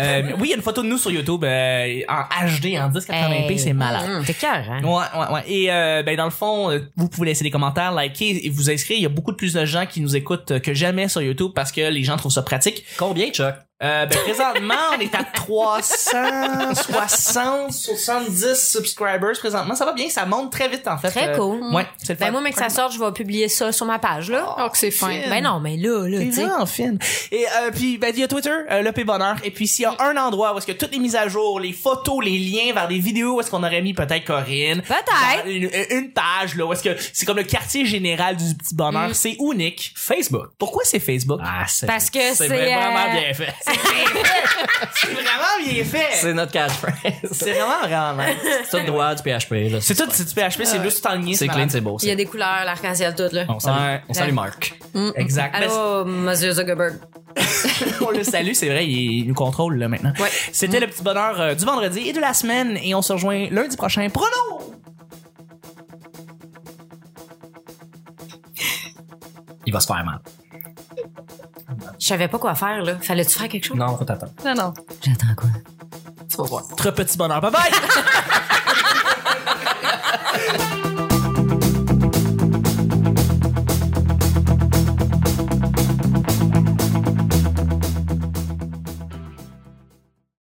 Speaker 3: Euh, mais oui, il y a une photo de nous sur YouTube euh, en HD, en 1080p,
Speaker 2: Hey.
Speaker 3: c'est malade.
Speaker 2: Mmh, T'es cœur, hein?
Speaker 3: Ouais, ouais, ouais. Et euh, ben dans le fond, euh, vous pouvez laisser des commentaires, liker et vous inscrire. Il y a beaucoup de plus de gens qui nous écoutent euh, que jamais sur YouTube parce que les gens trouvent ça pratique.
Speaker 1: Combien, Chuck?
Speaker 3: Euh, ben, présentement, on est à 360, 70 subscribers présentement. Ça va bien, ça monte très vite, en fait. Euh,
Speaker 2: Très cool.
Speaker 3: Ouais, c'est le
Speaker 2: Ben
Speaker 3: fun.
Speaker 2: moi, mais que ça sorte, je vais publier ça sur ma page, là.
Speaker 5: Oh, que c'est fin.
Speaker 2: Ben non, mais là, là, tu
Speaker 3: C'est
Speaker 2: sais.
Speaker 3: vraiment fine. Et euh, puis, ben, il y a Twitter, euh, le P Bonheur. Et puis, s'il y a un endroit où est-ce que toutes les mises à jour, les photos, les liens vers des vidéos, où est-ce qu'on aurait mis peut-être Corinne.
Speaker 2: Peut-être.
Speaker 3: dans Une, euh, une page, là, où est-ce que c'est comme le quartier général du Petit
Speaker 2: Mm.
Speaker 3: Bonheur. C'est unique.
Speaker 1: Facebook.
Speaker 3: Pourquoi c'est Facebook?
Speaker 1: Ah, c'est,
Speaker 2: Parce que
Speaker 1: c'est
Speaker 2: c'est,
Speaker 1: vraiment
Speaker 2: euh,
Speaker 1: bien fait.
Speaker 3: C'est vraiment bien fait.
Speaker 1: C'est notre catchphrase.
Speaker 3: C'est vraiment, vraiment nice.
Speaker 1: C'est tout droit du PHP, là.
Speaker 3: C'est tout, c'est du PHP, c'est juste en lien.
Speaker 1: C'est
Speaker 3: malade.
Speaker 1: clean, c'est beau.
Speaker 2: Il y a
Speaker 1: c'est-
Speaker 2: des couleurs, l'arc-en-ciel, tout, là.
Speaker 1: On salue,
Speaker 3: Ouais.
Speaker 1: on salue Marc.
Speaker 3: Exact.
Speaker 2: Allô, monsieur Zuckerberg.
Speaker 3: Ben, c'est- on le salue, c'est vrai, il, il nous contrôle là maintenant.
Speaker 2: Ouais.
Speaker 3: C'était le petit bonheur euh, du vendredi et de la semaine et on se rejoint lundi prochain. Prono!
Speaker 1: Il va se faire mal.
Speaker 2: Je savais pas quoi faire, là. Fallait-tu faire quelque chose?
Speaker 1: Non, faut t'attendre.
Speaker 5: Non, non.
Speaker 2: J'attends quoi?
Speaker 5: Tu vas voir.
Speaker 3: Très petit bonheur. Bye bye!